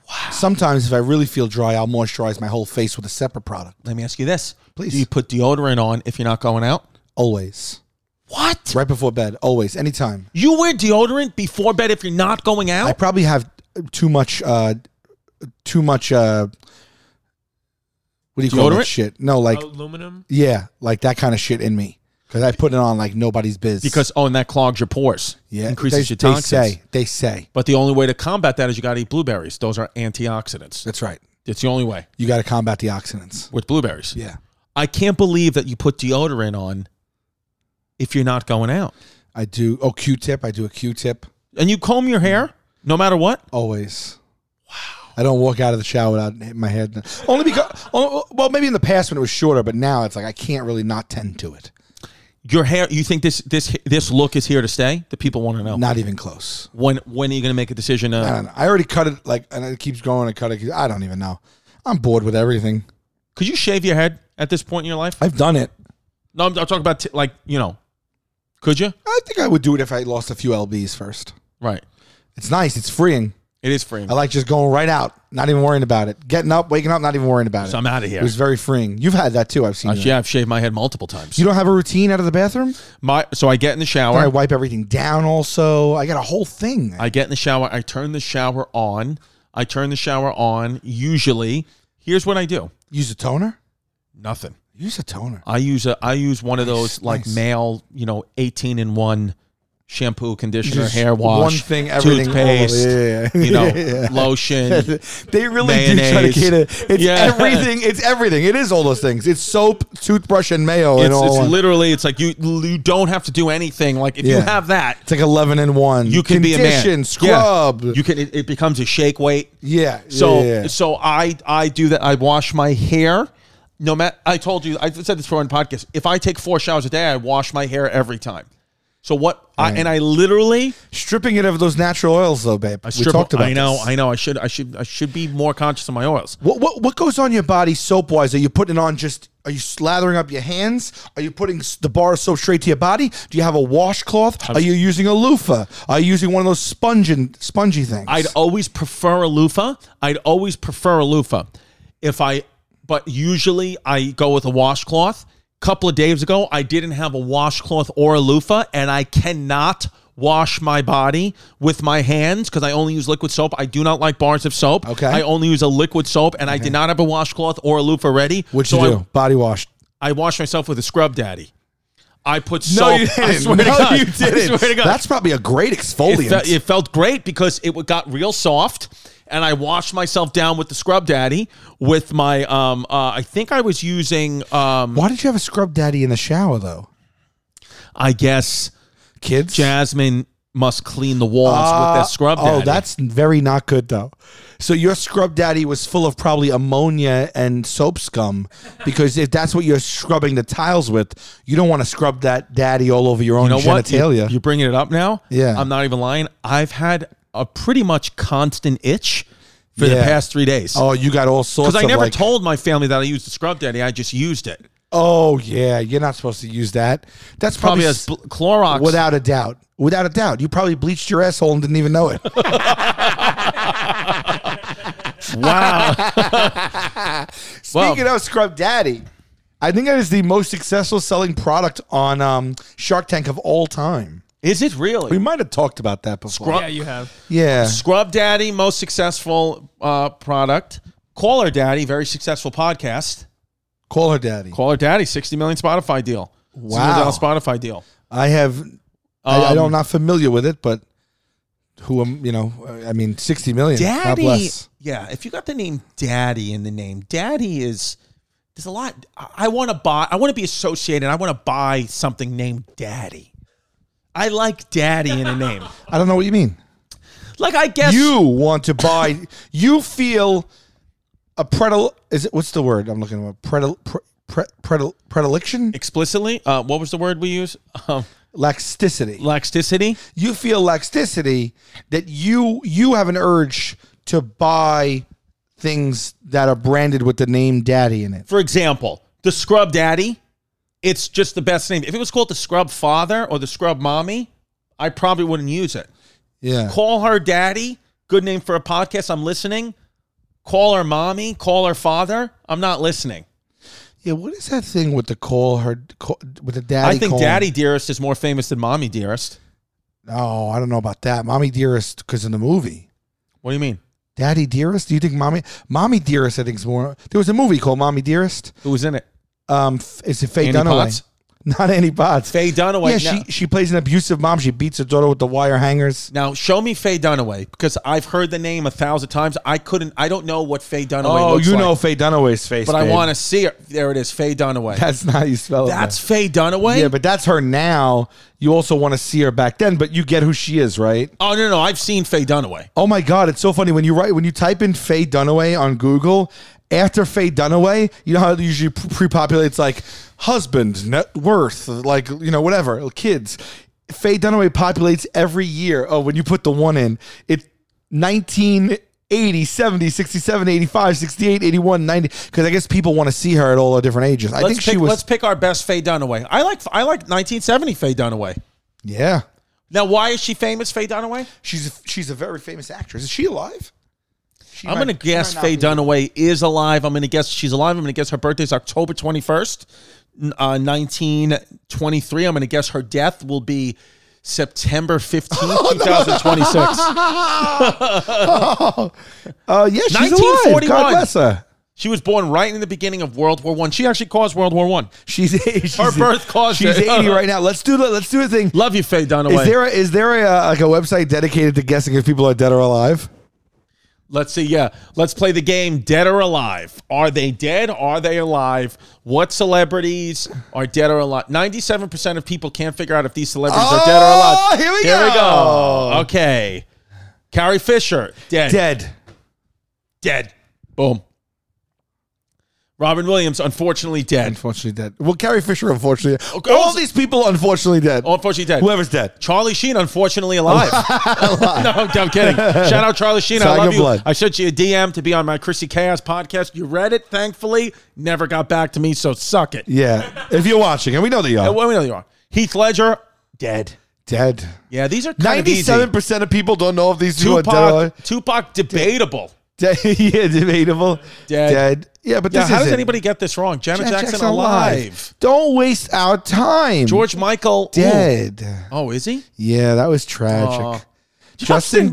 Speaker 3: Wow. Sometimes if I really feel dry, I'll moisturize my whole face with a separate product.
Speaker 4: Let me ask you this.
Speaker 3: Please.
Speaker 4: Do you put deodorant on if you're not going out?
Speaker 3: Always.
Speaker 4: What?
Speaker 3: Right before bed, always, anytime.
Speaker 4: You wear deodorant before bed if you're not going
Speaker 3: I
Speaker 4: out?
Speaker 3: probably have too much, uh, too much. Uh, what do you call
Speaker 4: Deodorant?
Speaker 3: that shit? No, like
Speaker 5: Oh. Aluminum.
Speaker 3: yeah, like that kind of shit in me because I put it on like nobody's biz.
Speaker 4: because oh, and that clogs your pores.
Speaker 3: yeah,
Speaker 4: Increases
Speaker 3: they,
Speaker 4: your toxins.
Speaker 3: They say, they say
Speaker 4: But the only way to combat that is you got to eat blueberries. Those are antioxidants.
Speaker 3: that's right.
Speaker 4: It's the only way
Speaker 3: You got to combat the oxidants.
Speaker 4: with blueberries.
Speaker 3: Yeah,
Speaker 4: I can't believe that you put deodorant on if you're not going out.
Speaker 3: I do. Oh, Q-tip. I do a Q-tip
Speaker 4: And you comb your hair no matter what?
Speaker 3: always. Wow. I don't walk out of the shower without hitting my head. Only because, oh, well, maybe in the past when it was shorter, but now it's like I can't really not tend to it.
Speaker 4: Your hair, you think this this this look is here to stay? The people want to know.
Speaker 3: Not even close.
Speaker 4: When when are you going to make a decision?
Speaker 3: I
Speaker 4: Uh,
Speaker 3: don't know. I already cut it like, and it keeps growing. I cut it. I don't even know. I'm bored with everything.
Speaker 4: could you shave your head at this point in your life?
Speaker 3: I've done it.
Speaker 4: No, I'm, I'm talking about t- like, you know. Could you?
Speaker 3: I think I would do it if I lost a few lbs first.
Speaker 4: Right.
Speaker 3: It's nice. It's freeing.
Speaker 4: It is free.
Speaker 3: I like just going right out, not even worrying about it. Getting up, waking up, not even worrying about it.
Speaker 4: So I'm outta here.
Speaker 3: It was very freeing. You've had that too. I've seen.
Speaker 4: Uh,
Speaker 3: that.
Speaker 4: yeah, I've shaved my head multiple times.
Speaker 3: You don't have a routine out of the bathroom.
Speaker 4: my so I get in the shower.
Speaker 3: Then I wipe everything down. Also, I got a whole thing.
Speaker 4: I get in the shower. I turn the shower on. I turn the shower on. Usually, here's what I do.
Speaker 3: Use a toner.
Speaker 4: Nothing.
Speaker 3: Use a toner.
Speaker 4: I use a I use one of those like
Speaker 3: nice.
Speaker 4: male, you know, eighteen in one shampoo, conditioner,
Speaker 3: Just
Speaker 4: hair wash,
Speaker 3: one thing, everything all.
Speaker 4: toothpaste,
Speaker 3: Yeah, yeah,
Speaker 4: you know,
Speaker 3: yeah.
Speaker 4: lotion.
Speaker 3: they really do try to
Speaker 4: Mayonnaise.
Speaker 3: cater. It's
Speaker 4: Yeah.
Speaker 3: everything. It's everything. It is all those things. It's soap, toothbrush, and mayo,
Speaker 4: It's,
Speaker 3: and all.
Speaker 4: it's
Speaker 3: one.
Speaker 4: literally it's like you you don't have to do anything. Like if you
Speaker 3: Yeah.
Speaker 4: have that,
Speaker 3: It's like eleven and one.
Speaker 4: you can be a
Speaker 3: Condition,
Speaker 4: man.
Speaker 3: Scrub.
Speaker 4: Yeah. You can. It, it becomes a shake weight.
Speaker 3: Yeah.
Speaker 4: So
Speaker 3: yeah, yeah.
Speaker 4: so I I do that. I wash my hair. No matter. I told you. I said this before on the podcast. If I take four showers a day, I wash my hair every time. So what? I, and I literally
Speaker 3: stripping it of those natural oils, though, babe.
Speaker 4: I
Speaker 3: we
Speaker 4: strip-
Speaker 3: talked about.
Speaker 4: I know.
Speaker 3: this.
Speaker 4: I know. I should. I should. I should be more conscious of my oils.
Speaker 3: What, what what goes on your body soap wise? Are you putting on just? Are you slathering up your hands? Are you putting s- the bar of soap straight to your body? Do you have a washcloth? Are you using a loofah? Are you using one of those sponging, spongy things?
Speaker 4: I'd always prefer a loofah. I'd always prefer a loofah. If I, but usually I go with a washcloth. Couple of days ago, I didn't have a washcloth or a loofah, and I cannot wash my body with my hands because I only use liquid soap. I do not like bars of soap.
Speaker 3: Okay.
Speaker 4: I only use a liquid soap, and I did not have a washcloth or a loofah ready.
Speaker 3: What'd
Speaker 4: so
Speaker 3: you
Speaker 4: I-
Speaker 3: do? body wash.
Speaker 4: I, wash myself with a scrub daddy. I put
Speaker 3: No,
Speaker 4: soap.
Speaker 3: you
Speaker 4: I
Speaker 3: didn't.
Speaker 4: swear
Speaker 3: no,
Speaker 4: to God.
Speaker 3: you didn't.
Speaker 4: I swear to God.
Speaker 3: That's probably a great
Speaker 4: It,
Speaker 3: exfoliant.
Speaker 4: felt, it felt great because it w- got real soft, and I washed myself down with the scrub daddy with my. Um, uh, I think I was using. Um,
Speaker 3: Why did you have a scrub daddy in the shower though?
Speaker 4: I guess
Speaker 3: Kids.
Speaker 4: Jasmine must clean the walls
Speaker 3: Uh,
Speaker 4: with that scrub
Speaker 3: Oh,
Speaker 4: daddy.
Speaker 3: that's very not good though. So your scrub daddy was full of probably ammonia and soap scum because if that's what you're scrubbing the tiles with, you don't want to scrub that daddy all over your own
Speaker 4: you know what? You,
Speaker 3: genitalia.
Speaker 4: you're bringing it up now.
Speaker 3: Yeah.
Speaker 4: I'm not even lying. I've had a pretty much constant itch for the
Speaker 3: Yeah.
Speaker 4: past three days.
Speaker 3: oh, you got all sorts.
Speaker 4: because I
Speaker 3: of,
Speaker 4: never
Speaker 3: like-
Speaker 4: told my family that I used the scrub daddy. I just used it.
Speaker 3: Oh yeah, you're not supposed to use that. That's probably,
Speaker 4: Probably as
Speaker 3: s-
Speaker 4: bl- Clorox.
Speaker 3: without a doubt. Without a doubt, you probably bleached your asshole and didn't even know it.
Speaker 4: wow.
Speaker 3: Speaking of Scrub Daddy, I think that is the most successful selling product on um, Shark Tank of all time.
Speaker 4: Is it really?
Speaker 3: We might have talked about that before.
Speaker 4: Scrub-
Speaker 5: Yeah, you have.
Speaker 3: yeah.
Speaker 4: Scrub Daddy, most successful uh, product. Caller Daddy, very successful podcast.
Speaker 3: Call her daddy.
Speaker 4: Caller Daddy, 60 million Spotify deal. $60
Speaker 3: Wow.
Speaker 4: million Spotify deal.
Speaker 3: I have. I, I
Speaker 4: Um,
Speaker 3: don't, am not familiar with it, but who am you know? I mean, sixty million. God
Speaker 4: Daddy.
Speaker 3: bless.
Speaker 4: Yeah, if you got the name Daddy in the name, Daddy is there's a lot I, I want to buy I want to be associated. I want to buy something named Daddy. I like Daddy in a name.
Speaker 3: I don't know what you mean.
Speaker 4: Like I guess
Speaker 3: You want to buy? you feel a predil? Is it what's the word I'm looking for? Predil. Pre- pre- predil- predilection,
Speaker 4: explicitly, uh, what was the word we use? Um,
Speaker 3: laxicity.
Speaker 4: laxicity.
Speaker 3: you feel laxicity that you you have an urge to buy things that are branded with the name daddy in it
Speaker 4: for example, the Scrub Daddy, it's just the best name. If it was called the Scrub Father or the Scrub Mommy, I probably wouldn't use it.
Speaker 3: yeah
Speaker 4: Call her Daddy, good name for a podcast. I'm listening. Call her Mommy, call her Father. I'm not listening.
Speaker 3: yeah what is that thing with the call her call, with the daddy
Speaker 4: I think
Speaker 3: calling?
Speaker 4: Daddy Dearest is more famous than Mommy Dearest.
Speaker 3: oh i don't know about that mommy dearest because in the movie
Speaker 4: What do you mean?
Speaker 3: daddy dearest do you think mommy mommy dearest i think is more there was a movie called mommy dearest
Speaker 4: Who was in it?
Speaker 3: um f- is it faye
Speaker 4: Annie
Speaker 3: dunaway
Speaker 4: Potts?
Speaker 3: not Annie Potts.
Speaker 4: Faye Dunaway.
Speaker 3: yeah
Speaker 4: now,
Speaker 3: she she plays an abusive mom she beats her daughter with the wire hangers
Speaker 4: now show me Faye Dunaway because I've heard the name a thousand times. I couldn't. I don't know what Oh, Faye Dunaway. looks like,
Speaker 3: Oh, faye dunaway's face
Speaker 4: but I want to see her. There it is, Faye Dunaway.
Speaker 3: that's not how you spell it
Speaker 4: That's Faye Dunaway.
Speaker 3: Yeah, but that's her now. You also want to see her back then, but you get who she is, right?
Speaker 4: oh no, no, I've seen Faye Dunaway.
Speaker 3: Oh my god, it's so funny when you write when you type in Faye Dunaway on Google. After Faye Dunaway, you know how it usually pre- pre-populates like husband, net worth, like you know whatever, kids. Faye Dunaway populates every year. Oh, when you put the one in, it 1980, 70, 67, 85, 68, 81, 90 cuz I guess people want to see her at all the different ages. I
Speaker 4: Let's
Speaker 3: think
Speaker 4: pick,
Speaker 3: she was
Speaker 4: Let's pick our best Faye Dunaway. I like I like 1970 Faye Dunaway.
Speaker 3: Yeah.
Speaker 4: Now, why is she famous, Faye Dunaway?
Speaker 3: She's a, she's a very famous actress. Is she alive? She
Speaker 4: I'm
Speaker 3: might-
Speaker 4: going to
Speaker 3: she
Speaker 4: guess
Speaker 3: might not
Speaker 4: Faye
Speaker 3: be.
Speaker 4: Dunaway is alive. I'm going to guess she's alive. I'm going to guess her birthday's October 21st, n- uh, 1923. I'm going to guess her death will be September 15th, 2026.
Speaker 3: Oh yeah, she's alive.
Speaker 4: 1941.
Speaker 3: God bless her.
Speaker 4: She was born right in the beginning of World War One. She actually caused World War One.
Speaker 3: She's, she's
Speaker 4: Her birth caused
Speaker 3: She's
Speaker 4: it.
Speaker 3: eighty right now. Let's do the let's do a thing.
Speaker 4: Love you, Faye Dunaway.
Speaker 3: Is there a, is there a, uh, like a website dedicated to guessing if people are dead or alive?
Speaker 4: Let's see. Yeah, let's play the game. Dead or alive? Are they dead? Are they alive? What celebrities are dead or alive? Ninety-seven percent of people can't figure out if these celebrities are dead or
Speaker 3: Oh,
Speaker 4: alive.
Speaker 3: here we
Speaker 4: Here we go.
Speaker 3: go.
Speaker 4: Okay, Carrie Fisher, dead.
Speaker 3: Dead.
Speaker 4: Dead. Boom. Robin Williams, unfortunately dead.
Speaker 3: Unfortunately dead. Well, Carrie Fisher, unfortunately.
Speaker 4: Okay.
Speaker 3: All these people, unfortunately dead.
Speaker 4: Unfortunately dead.
Speaker 3: Whoever's dead.
Speaker 4: Charlie Sheen, unfortunately alive. no, I'm kidding. Shout out Charlie Sheen. I
Speaker 3: Tiger
Speaker 4: love you.
Speaker 3: blood.
Speaker 4: I sent you a DM to be on my Chrissy Chaos podcast. You read it, thankfully. Never got back to me, so suck it.
Speaker 3: Yeah. If you're watching, and we know that you are.
Speaker 4: Well, we know you are. Heath Ledger, dead.
Speaker 3: dead.
Speaker 4: Yeah, these are kind of easy.
Speaker 3: Ninety-seven percent of people don't know if these two are dead. Or alive.
Speaker 4: Tupac, Tupac, debatable.
Speaker 3: Dead. yeah, debatable.
Speaker 4: Dead.
Speaker 3: Yeah, but
Speaker 4: Yeah,
Speaker 3: this
Speaker 4: how
Speaker 3: is
Speaker 4: does
Speaker 3: it.
Speaker 4: anybody get this wrong? Janet
Speaker 3: Jack
Speaker 4: Jackson, alive.
Speaker 3: Don't waste our time.
Speaker 4: George Michael, ooh.
Speaker 3: dead.
Speaker 4: Oh, is he?
Speaker 3: Yeah, that was tragic.
Speaker 4: Oh.
Speaker 3: Justin,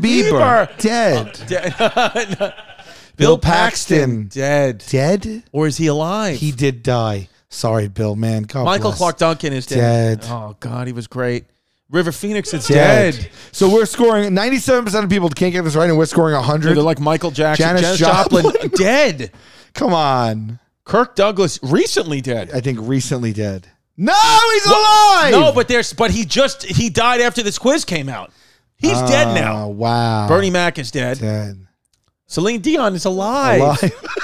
Speaker 4: Justin
Speaker 3: Bieber,
Speaker 4: Bieber.
Speaker 3: dead.
Speaker 4: Dead.
Speaker 3: Bill Paxton.
Speaker 4: dead.
Speaker 3: Dead.
Speaker 4: Or is he alive?
Speaker 3: He did die. Sorry, Bill. Man, God
Speaker 4: Michael
Speaker 3: bless.
Speaker 4: Clark Duncan is dead.
Speaker 3: Dead.
Speaker 4: Oh God, he was great. River Phoenix is
Speaker 3: Dead.
Speaker 4: dead.
Speaker 3: So we're scoring ninety-seven percent of people can't get this right, and we're scoring
Speaker 4: Dude,
Speaker 3: hundred.
Speaker 4: they're like Michael Jackson,
Speaker 3: Janis
Speaker 4: Janis, Joplin, dead.
Speaker 3: Come on.
Speaker 4: Kirk Douglas recently dead.
Speaker 3: I think recently dead. No, he's alive.
Speaker 4: No, but there's but he just he died after this quiz came out. He's dead
Speaker 3: Oh,
Speaker 4: now.
Speaker 3: wow.
Speaker 4: Bernie Mac is dead.
Speaker 3: dead.
Speaker 4: Celine Dion is alive.
Speaker 3: Alive.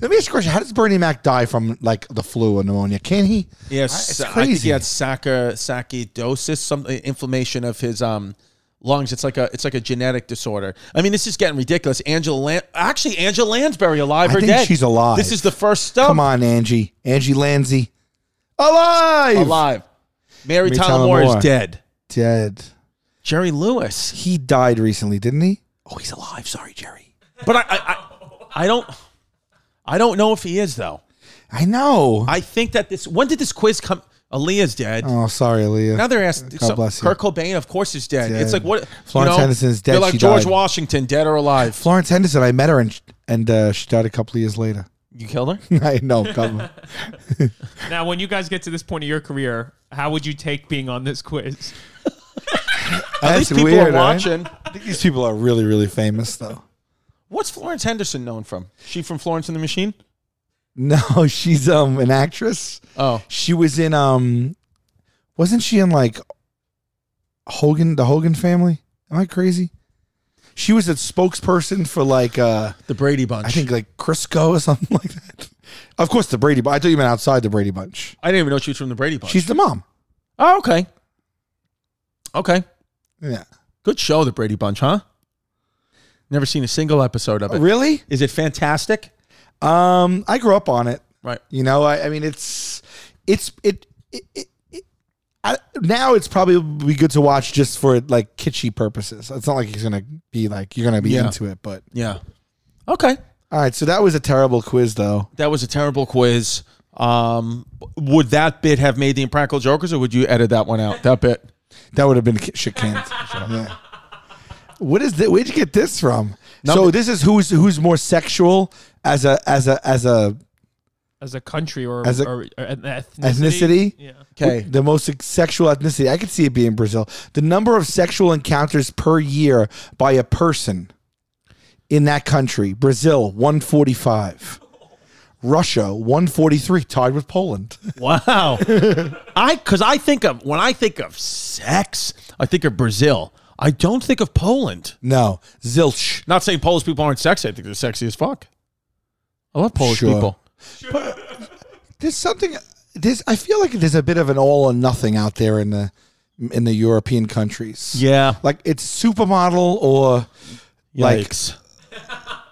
Speaker 3: Let me ask you a question. How does Bernie Mac die from like the flu or pneumonia? Can he?
Speaker 4: Yes, I,
Speaker 3: I- it's
Speaker 4: think he
Speaker 3: crazy.
Speaker 4: had sacca, sacidosis, some uh, inflammation of his um lungs. It's like a it's like a genetic disorder. I mean, this is getting ridiculous. Angela, Lan- actually, Angela Lansbury alive
Speaker 3: I
Speaker 4: or
Speaker 3: think
Speaker 4: dead?
Speaker 3: she's alive.
Speaker 4: This is the first stump.
Speaker 3: Come on, Angie. Angie Lanzi. Alive.
Speaker 4: alive. Mary,
Speaker 3: Mary
Speaker 4: Tyler,
Speaker 3: Tyler
Speaker 4: Moore,
Speaker 3: Moore.
Speaker 4: is dead.
Speaker 3: Dead.
Speaker 4: Jerry Lewis.
Speaker 3: He died recently, didn't he?
Speaker 4: Oh, he's alive. Sorry, Jerry. But I, I, I, I don't, I don't know if he is though.
Speaker 3: I know.
Speaker 4: I think that this. When did this quiz come? Aaliyah's dead.
Speaker 3: oh, sorry, Leah.
Speaker 4: Now they're asking.
Speaker 3: God
Speaker 4: so,
Speaker 3: bless you.
Speaker 4: Kurt Cobain, of course, is dead.
Speaker 3: Dead.
Speaker 4: It's like what
Speaker 3: Florence
Speaker 4: you know,
Speaker 3: Henderson's dead.
Speaker 4: You're like
Speaker 3: She
Speaker 4: George
Speaker 3: died.
Speaker 4: Washington, dead or alive?
Speaker 3: Florence Henderson. I met her and and uh, she died a couple of years later.
Speaker 4: You killed her.
Speaker 3: I know. God-
Speaker 5: Now, when you guys get to this point of your career, how would you take being on this quiz?
Speaker 4: These
Speaker 3: That's
Speaker 4: people
Speaker 3: weird.
Speaker 4: are
Speaker 3: right?
Speaker 4: watching.
Speaker 3: I think these people are really, really famous though.
Speaker 4: What's Florence Henderson known from? She from Florence and the Machine?
Speaker 3: No, she's um an actress.
Speaker 4: Oh,
Speaker 3: She was in um wasn't she in like Hogan the Hogan family? Am I crazy? She was a spokesperson for like uh
Speaker 4: the Brady Bunch.
Speaker 3: I think like Crisco or something like that. Of course the Brady Bunch. I thought you meant outside the Brady Bunch.
Speaker 4: I didn't even know she was from the Brady Bunch.
Speaker 3: She's the mom.
Speaker 4: oh, okay. Okay.
Speaker 3: Yeah.
Speaker 4: Good show, The Brady Bunch, huh? Never seen a single episode of it. Is
Speaker 3: Really?
Speaker 4: it fantastic?
Speaker 3: Um I grew up on it.
Speaker 4: Right.
Speaker 3: You know, I, I mean it's it's it, it, it I, now it's probably be good to watch just for like kitschy purposes. It's not like he's gonna be like you're gonna be
Speaker 4: Yeah.
Speaker 3: into it, but
Speaker 4: Yeah. Okay.
Speaker 3: All right, so that was a terrible quiz, though.
Speaker 4: That was a terrible quiz. Um, would that bit have made the Impractical Jokers, or would you edit that one out? That bit.
Speaker 3: That would have been ki- shit canned. yeah. What is that? Where'd you get this from? so
Speaker 4: Number-
Speaker 3: this is who's who's more sexual as a as a as a
Speaker 5: As a country or,
Speaker 3: As a-
Speaker 5: or, or an
Speaker 3: ethnicity.
Speaker 5: ethnicity? Yeah.
Speaker 4: Okay.
Speaker 3: The most sex- sexual ethnicity. I could see it being Brazil. The number of sexual encounters per year by a person in that country. Brazil, 145. Russia, 143, tied with Poland.
Speaker 4: Wow. I because I think of when I think of sex, I think of Brazil. I don't think of Poland.
Speaker 3: No, zilch.
Speaker 4: Not saying Polish people aren't sexy. I think they're sexy as fuck. I love Polish
Speaker 3: Sure.
Speaker 4: people.
Speaker 3: there's something there's I feel like there's a bit of an all or nothing out there in the in the European countries.
Speaker 4: Yeah.
Speaker 3: Like it's supermodel or like
Speaker 4: Yikes.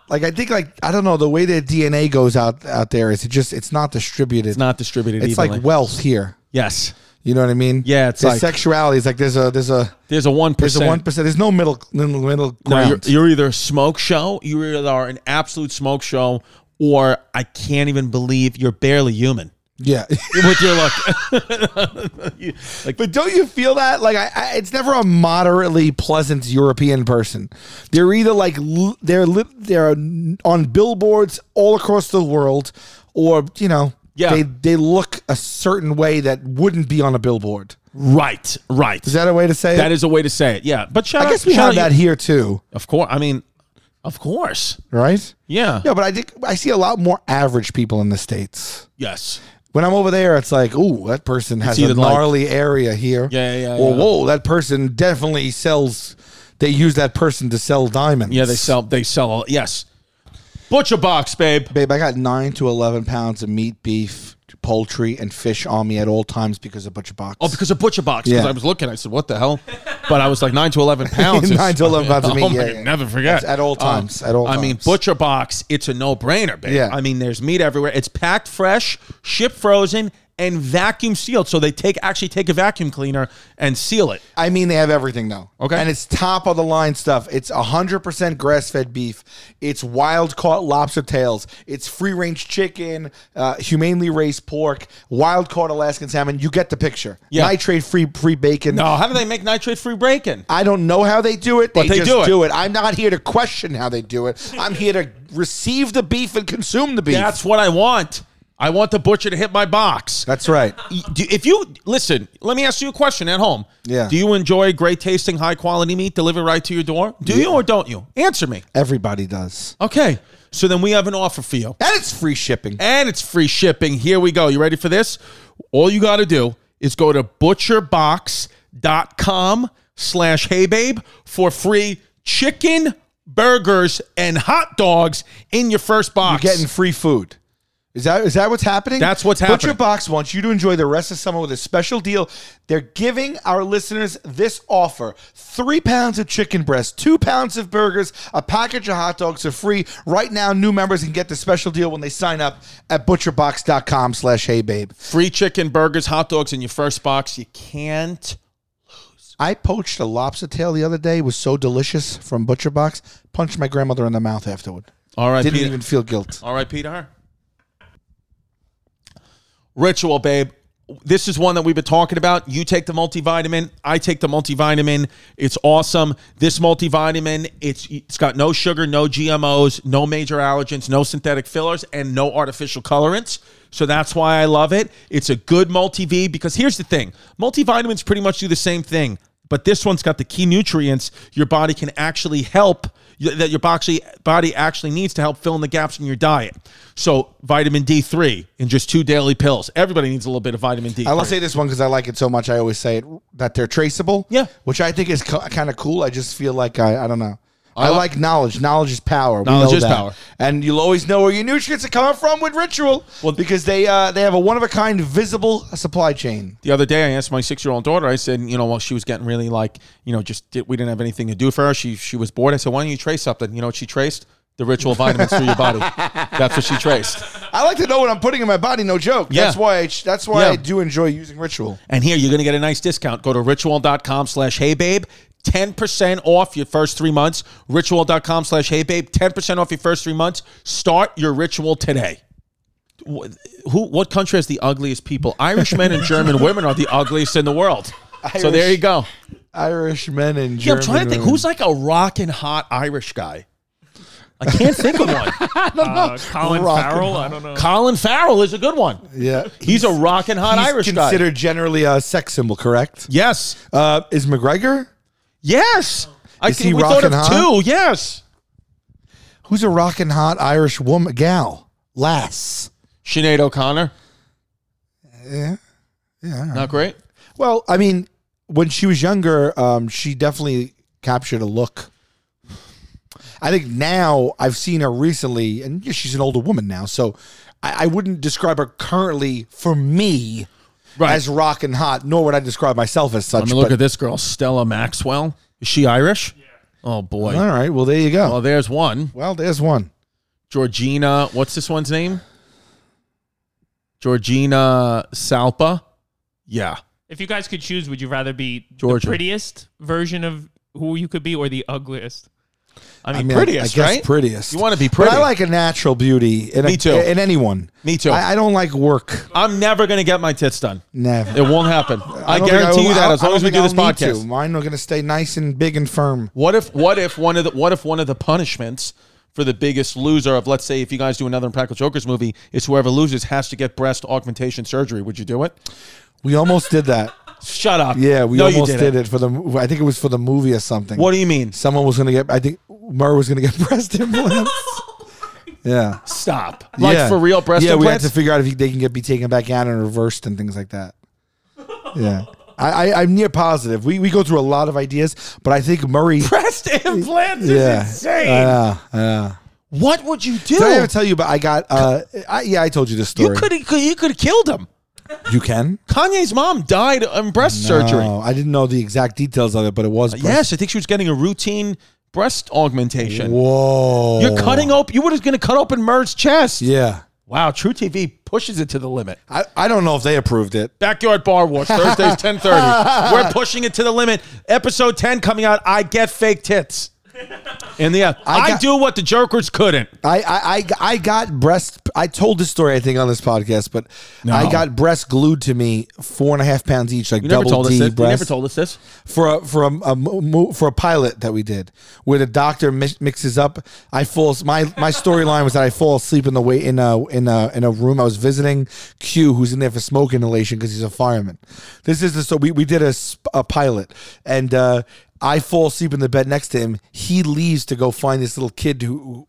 Speaker 3: like I think like I don't know the way their DNA goes out out there is it just it's not distributed.
Speaker 4: it's not distributed
Speaker 3: It's
Speaker 4: evenly.
Speaker 3: like wealth here.
Speaker 4: yes.
Speaker 3: You know what I mean?
Speaker 4: Yeah, it's
Speaker 3: Their
Speaker 4: like-
Speaker 3: sexuality is like there's a there's a
Speaker 4: There's a one
Speaker 3: there's
Speaker 4: percent.
Speaker 3: a one percent. There's no middle middle, middle
Speaker 4: No,
Speaker 3: ground.
Speaker 4: you're, you're either a smoke show, you either are an absolute smoke show, or I can't even believe you're barely human.
Speaker 3: Yeah.
Speaker 4: with your luck.
Speaker 3: But don't you feel that? Like, I, I, it's never a moderately pleasant European person. They're either like l- they're li- they're on billboards all across the world, or you know,
Speaker 4: Yeah.
Speaker 3: they they look a certain way that wouldn't be on a billboard.
Speaker 4: right, right.
Speaker 3: Is that a way to say
Speaker 4: that
Speaker 3: it?
Speaker 4: is a way to say it. Yeah, but shout
Speaker 3: I
Speaker 4: out-
Speaker 3: guess we
Speaker 4: shout
Speaker 3: have
Speaker 4: out
Speaker 3: that
Speaker 4: you-
Speaker 3: here too,
Speaker 4: Of course. I mean, of course.
Speaker 3: right?
Speaker 4: Yeah.
Speaker 3: Yeah, but I think I see a lot more average people in the states.
Speaker 4: Yes.
Speaker 3: When I'm over there, it's like, ooh, that person has a
Speaker 4: either like-
Speaker 3: gnarly area here.
Speaker 4: Yeah, yeah,
Speaker 3: Or
Speaker 4: yeah.
Speaker 3: whoa, that person definitely sells. They use that person to sell diamonds.
Speaker 4: Yeah, they sell. They sell. Yes. Butcher box, babe.
Speaker 3: Babe, I got nine to eleven pounds of meat, beef, poultry, and fish on me at all times because of Butcher Box.
Speaker 4: Oh, because of butcher box. Because
Speaker 3: Yeah.
Speaker 4: I was looking, I said, "What the hell?" But I was like nine to eleven pounds. is-
Speaker 3: nine to eleven pounds
Speaker 4: Oh
Speaker 3: of meat.
Speaker 4: my
Speaker 3: yeah,
Speaker 4: God,
Speaker 3: yeah.
Speaker 4: never forget.
Speaker 3: That's at all
Speaker 4: Um,
Speaker 3: times. at all.
Speaker 4: I
Speaker 3: times.
Speaker 4: mean, butcher box. It's a no brainer, babe.
Speaker 3: Yeah.
Speaker 4: I mean, there's meat everywhere. It's packed fresh, shipped frozen, and vacuum sealed. So they take actually take a vacuum cleaner and seal it.
Speaker 3: I mean, they have everything though.
Speaker 4: Okay.
Speaker 3: and it's top of the line stuff. It's hundred percent grass fed beef. It's wild caught lobster tails. It's free range chicken, uh, humanely raised pork, wild caught Alaskan salmon. You get the picture.
Speaker 4: Yeah.
Speaker 3: nitrate free free bacon.
Speaker 4: No, how do they make nitrate free bacon?
Speaker 3: I don't know how they do it. They,
Speaker 4: But they
Speaker 3: just
Speaker 4: do it.
Speaker 3: I'm not here to question how they do it. I'm here to receive the beef and consume the beef.
Speaker 4: That's what I want. I want the butcher to hit my box.
Speaker 3: That's right.
Speaker 4: Y- do- if you listen, let me ask you a question at home.
Speaker 3: Yeah.
Speaker 4: Do you enjoy great tasting, high quality meat delivered right to your door? Do you or don't you? Answer me.
Speaker 3: Everybody does.
Speaker 4: Okay. So then we have an offer for you,
Speaker 3: And it's free shipping.
Speaker 4: and it's free shipping. Here we go. You ready for this? All you got to do is go to butcherbox.com slash heybabe for free chicken, burgers, and hot dogs in your first box.
Speaker 3: Getting free food. Is that is that what's happening?
Speaker 4: That's what's
Speaker 3: Butcher
Speaker 4: happening.
Speaker 3: Box wants you to enjoy the rest of summer with a special deal. They're giving our listeners this offer: three pounds of chicken breast, two pounds of burgers, a package of hot dogs are free right now. New members can get the special deal when they sign up at butcherbox.com/slash hey babe.
Speaker 4: free chicken, burgers, hot dogs in your first box. You can't.
Speaker 3: I poached a lobster tail the other day. It was so delicious from Butcher Box. Punched my grandmother in the mouth afterward.
Speaker 4: All right,
Speaker 3: Didn't
Speaker 4: Peter.
Speaker 3: even feel guilt.
Speaker 4: All right, Peter. Ritual, babe. This is one that we've been talking about. You take the multivitamin. I take the multivitamin. It's awesome. This multivitamin, it's it's got no sugar, no GMOs, no major allergens, no synthetic fillers, and no artificial colorants. So that's why I love it. It's a good multiv because here's the thing: multivitamins pretty much do the same thing, but this one's got the key nutrients your body can actually help that your boxy- body actually needs to help fill in the gaps in your diet. So vitamin D3 in just two daily pills. Everybody needs a little bit of vitamin D.
Speaker 3: I will say this one because I like it so much. I always say it, that they're traceable.
Speaker 4: Yeah.
Speaker 3: which I think is co- kind of cool. I just feel like I, I don't know. I,
Speaker 4: li-
Speaker 3: like knowledge. Knowledge is power. We
Speaker 4: Knowledge
Speaker 3: know
Speaker 4: is
Speaker 3: that.
Speaker 4: power.
Speaker 3: and you'll always know where your nutrients are coming from with Ritual.
Speaker 4: Well-
Speaker 3: because they uh, they have a one of a kind visible supply chain.
Speaker 4: the other day I asked my six year old daughter, I said, you know, well, she was getting really like, you know, just did, we didn't have anything to do for her. She she was bored. I said, why don't you trace something? You know what she traced? The ritual vitamins through your body. That's what she traced.
Speaker 3: I like to know what I'm putting in my body. No joke.
Speaker 4: Yeah.
Speaker 3: That's why. I, that's why
Speaker 4: Yeah.
Speaker 3: I do enjoy using Ritual.
Speaker 4: And here you're going to get a nice discount. Go to ritual.com slash heybabe. 10% off your first three months. Ritual.com slash heybabe. 10% off your first three months. Start your ritual today. Wh- Who? What country has the ugliest people? Irish men and German women are the ugliest in the world. So there you
Speaker 3: Irish-
Speaker 4: go.
Speaker 3: Irish men and
Speaker 4: Yeah, I'm
Speaker 3: German
Speaker 4: trying to think.
Speaker 3: women.
Speaker 4: Who's like a rockin' hot Irish guy? I can't think of one.
Speaker 5: Uh, Colin
Speaker 3: Rock and
Speaker 5: Farrell. I don't know.
Speaker 4: Colin Farrell is a good one.
Speaker 3: yeah.
Speaker 4: He's, a rockin' hot
Speaker 3: He's
Speaker 4: Irish guy.
Speaker 3: considered generally a sex symbol, correct?
Speaker 4: Yes.
Speaker 3: Uh, is McGregor?
Speaker 4: Yes. I
Speaker 3: Is
Speaker 4: can,
Speaker 3: he
Speaker 4: we thought of
Speaker 3: rockin' hot?
Speaker 4: two. Yes.
Speaker 3: Who's a rockin' hot Irish woman gal? Lass.
Speaker 4: Sinead O'Connor.
Speaker 3: Yeah.
Speaker 4: Not great.
Speaker 3: Well, I mean, when she was younger, um, she definitely captured a look. I think now I've seen her recently, and yeah, she's an older woman now, so I, I wouldn't describe her currently for me
Speaker 4: Right.
Speaker 3: as rockin' hot, nor would I describe myself as such.
Speaker 4: I mean, look
Speaker 3: but-
Speaker 4: at this girl, Stella Maxwell. Is she Irish? Yeah. Oh boy.
Speaker 3: all right, well there you go.
Speaker 4: Well, there's one.
Speaker 3: well, there's one.
Speaker 4: Georgina. What's this one's name? Georgina Salpa. Yeah.
Speaker 5: If you guys could choose, would you rather be
Speaker 4: Georgia.
Speaker 5: the prettiest version of who you could be or the ugliest? I mean,
Speaker 3: I mean,
Speaker 4: prettiest,
Speaker 3: I, I guess
Speaker 4: right?
Speaker 3: Prettiest.
Speaker 4: You wanna be
Speaker 3: But I
Speaker 4: pretty.
Speaker 3: like a natural beauty. In a-
Speaker 4: Me too.
Speaker 3: In anyone.
Speaker 4: Me too.
Speaker 3: I, I don't like work.
Speaker 4: I'm never gonna get my tits done.
Speaker 3: Never.
Speaker 4: It won't happen. I,
Speaker 3: don't think
Speaker 4: guarantee
Speaker 3: will-
Speaker 4: you that.
Speaker 3: I-
Speaker 4: As
Speaker 3: I
Speaker 4: long
Speaker 3: don't
Speaker 4: as we
Speaker 3: think
Speaker 4: do this
Speaker 3: I'll need
Speaker 4: podcast.
Speaker 3: to. mine are going to stay nice and big and firm.
Speaker 4: What if what if one of the what if one of the punishments for the biggest loser of let's say if you guys do another Impractical Jokers movie is whoever loses has to get breast augmentation surgery? Would you do it?
Speaker 3: We almost did that.
Speaker 4: Shut up.
Speaker 3: Yeah, we
Speaker 4: No, you
Speaker 3: almost
Speaker 4: didn't.
Speaker 3: did it for the. mo- I think it was for the movie or something.
Speaker 4: What do you mean?
Speaker 3: Someone was going to get. I think Murr was going to get breast implants. yeah.
Speaker 4: Stop. Like
Speaker 3: Yeah.
Speaker 4: for real breast
Speaker 3: yeah, we had
Speaker 4: implants?
Speaker 3: to figure out if they can get be taken back out and reversed and things like that. Yeah. I, I, I'm near positive. We, we go through a lot of ideas, but I think Murray.
Speaker 4: breast implants
Speaker 3: yeah.
Speaker 4: is insane.
Speaker 3: Yeah, yeah.
Speaker 4: what would you do?
Speaker 3: Did I ever tell you? But I got. Uh, I, yeah, I told you this
Speaker 4: you
Speaker 3: story.
Speaker 4: could you could have killed him.
Speaker 3: You can.
Speaker 4: Kanye's mom died of breast surgery.
Speaker 3: No, I didn't know the exact details of it, but it was. breast-
Speaker 4: Yes, I think she was getting a routine breast augmentation.
Speaker 3: Whoa.
Speaker 4: You're cutting open. You were just going to cut open Murr's chest.
Speaker 3: Yeah.
Speaker 4: Wow, True TV pushes it to the limit.
Speaker 3: I, I don't know if they approved it.
Speaker 4: Backyard Bar Wars, Thursdays, 1030. We're pushing it to the limit. Episode 10 coming out, I get fake tits. In the app. I,
Speaker 3: got-
Speaker 4: do what the jerkers couldn't.
Speaker 3: I, I, I, I got breast. I told this story, I think, on this podcast, but I got breasts glued to me, four and a half pounds each, like
Speaker 4: You never
Speaker 3: double
Speaker 4: told us
Speaker 3: D
Speaker 4: this. You never
Speaker 3: breasts
Speaker 4: told us this.
Speaker 3: for a for a, a mo- mo- for a pilot that we did, where the doctor mi- mixes up. I fall. My my storyline was that I fall asleep in the way in a in a in a room. I was visiting Q, who's in there for smoke inhalation because he's a fireman. This is the so we we did a sp- a pilot and. uh I fall asleep in the bed next to him. He leaves to go find this little kid who, who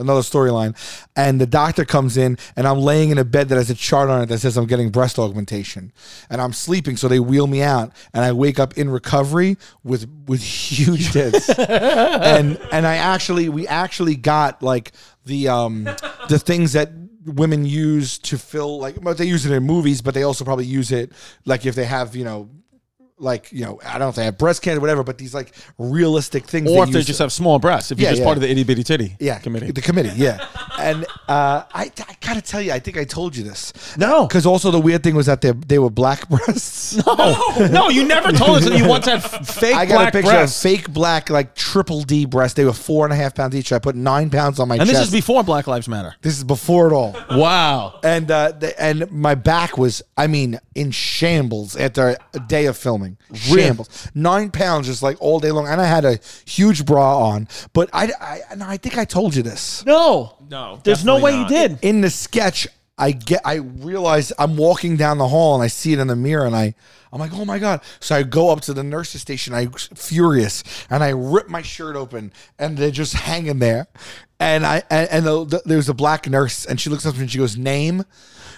Speaker 3: another storyline, and the doctor comes in, and I'm laying in a bed that has a chart on it that says I'm getting breast augmentation, and I'm sleeping, so they wheel me out, and I wake up in recovery with with huge tits, and and I actually we actually got like the um the things that women use to fill like well, they use it in movies, but they also probably use it like if they have you know. Like you know, I don't know if they have breast cancer, whatever, but these like realistic things.
Speaker 4: Or if they
Speaker 3: use-
Speaker 4: just have small breasts. If you're
Speaker 3: Yeah,
Speaker 4: just
Speaker 3: yeah.
Speaker 4: part of the itty bitty titty
Speaker 3: yeah,
Speaker 4: committee.
Speaker 3: The committee, yeah. and uh, I, I gotta tell you, I think I told you this.
Speaker 4: No.
Speaker 3: because also the weird thing was that they they were black breasts.
Speaker 4: No, no, you never told us that you once had f- fake
Speaker 3: I got
Speaker 4: black
Speaker 3: a picture
Speaker 4: breasts.
Speaker 3: of fake black, like triple D breasts. They were four and a half pounds each. I put nine pounds on my
Speaker 4: and
Speaker 3: chest.
Speaker 4: this is before Black Lives Matter.
Speaker 3: this is before it all.
Speaker 4: Wow.
Speaker 3: And uh, the, and my back was, I mean, in shambles after a day of filming. Shambles, nine pounds just like all day long, and I had a huge bra on. But I, I, no, I think I told you this.
Speaker 4: No.
Speaker 5: No,
Speaker 4: There's no way
Speaker 5: definitely
Speaker 4: you
Speaker 5: not.
Speaker 4: did.
Speaker 3: in the sketch, I get I realize I'm walking down the hall and I see it in the mirror and I I'm like, oh my god! So I go up to the nurses' station, I furious, and I rip my shirt open, and they're just hanging there, and I and, and the, the, there's a black nurse, and she looks up to me and she goes, name,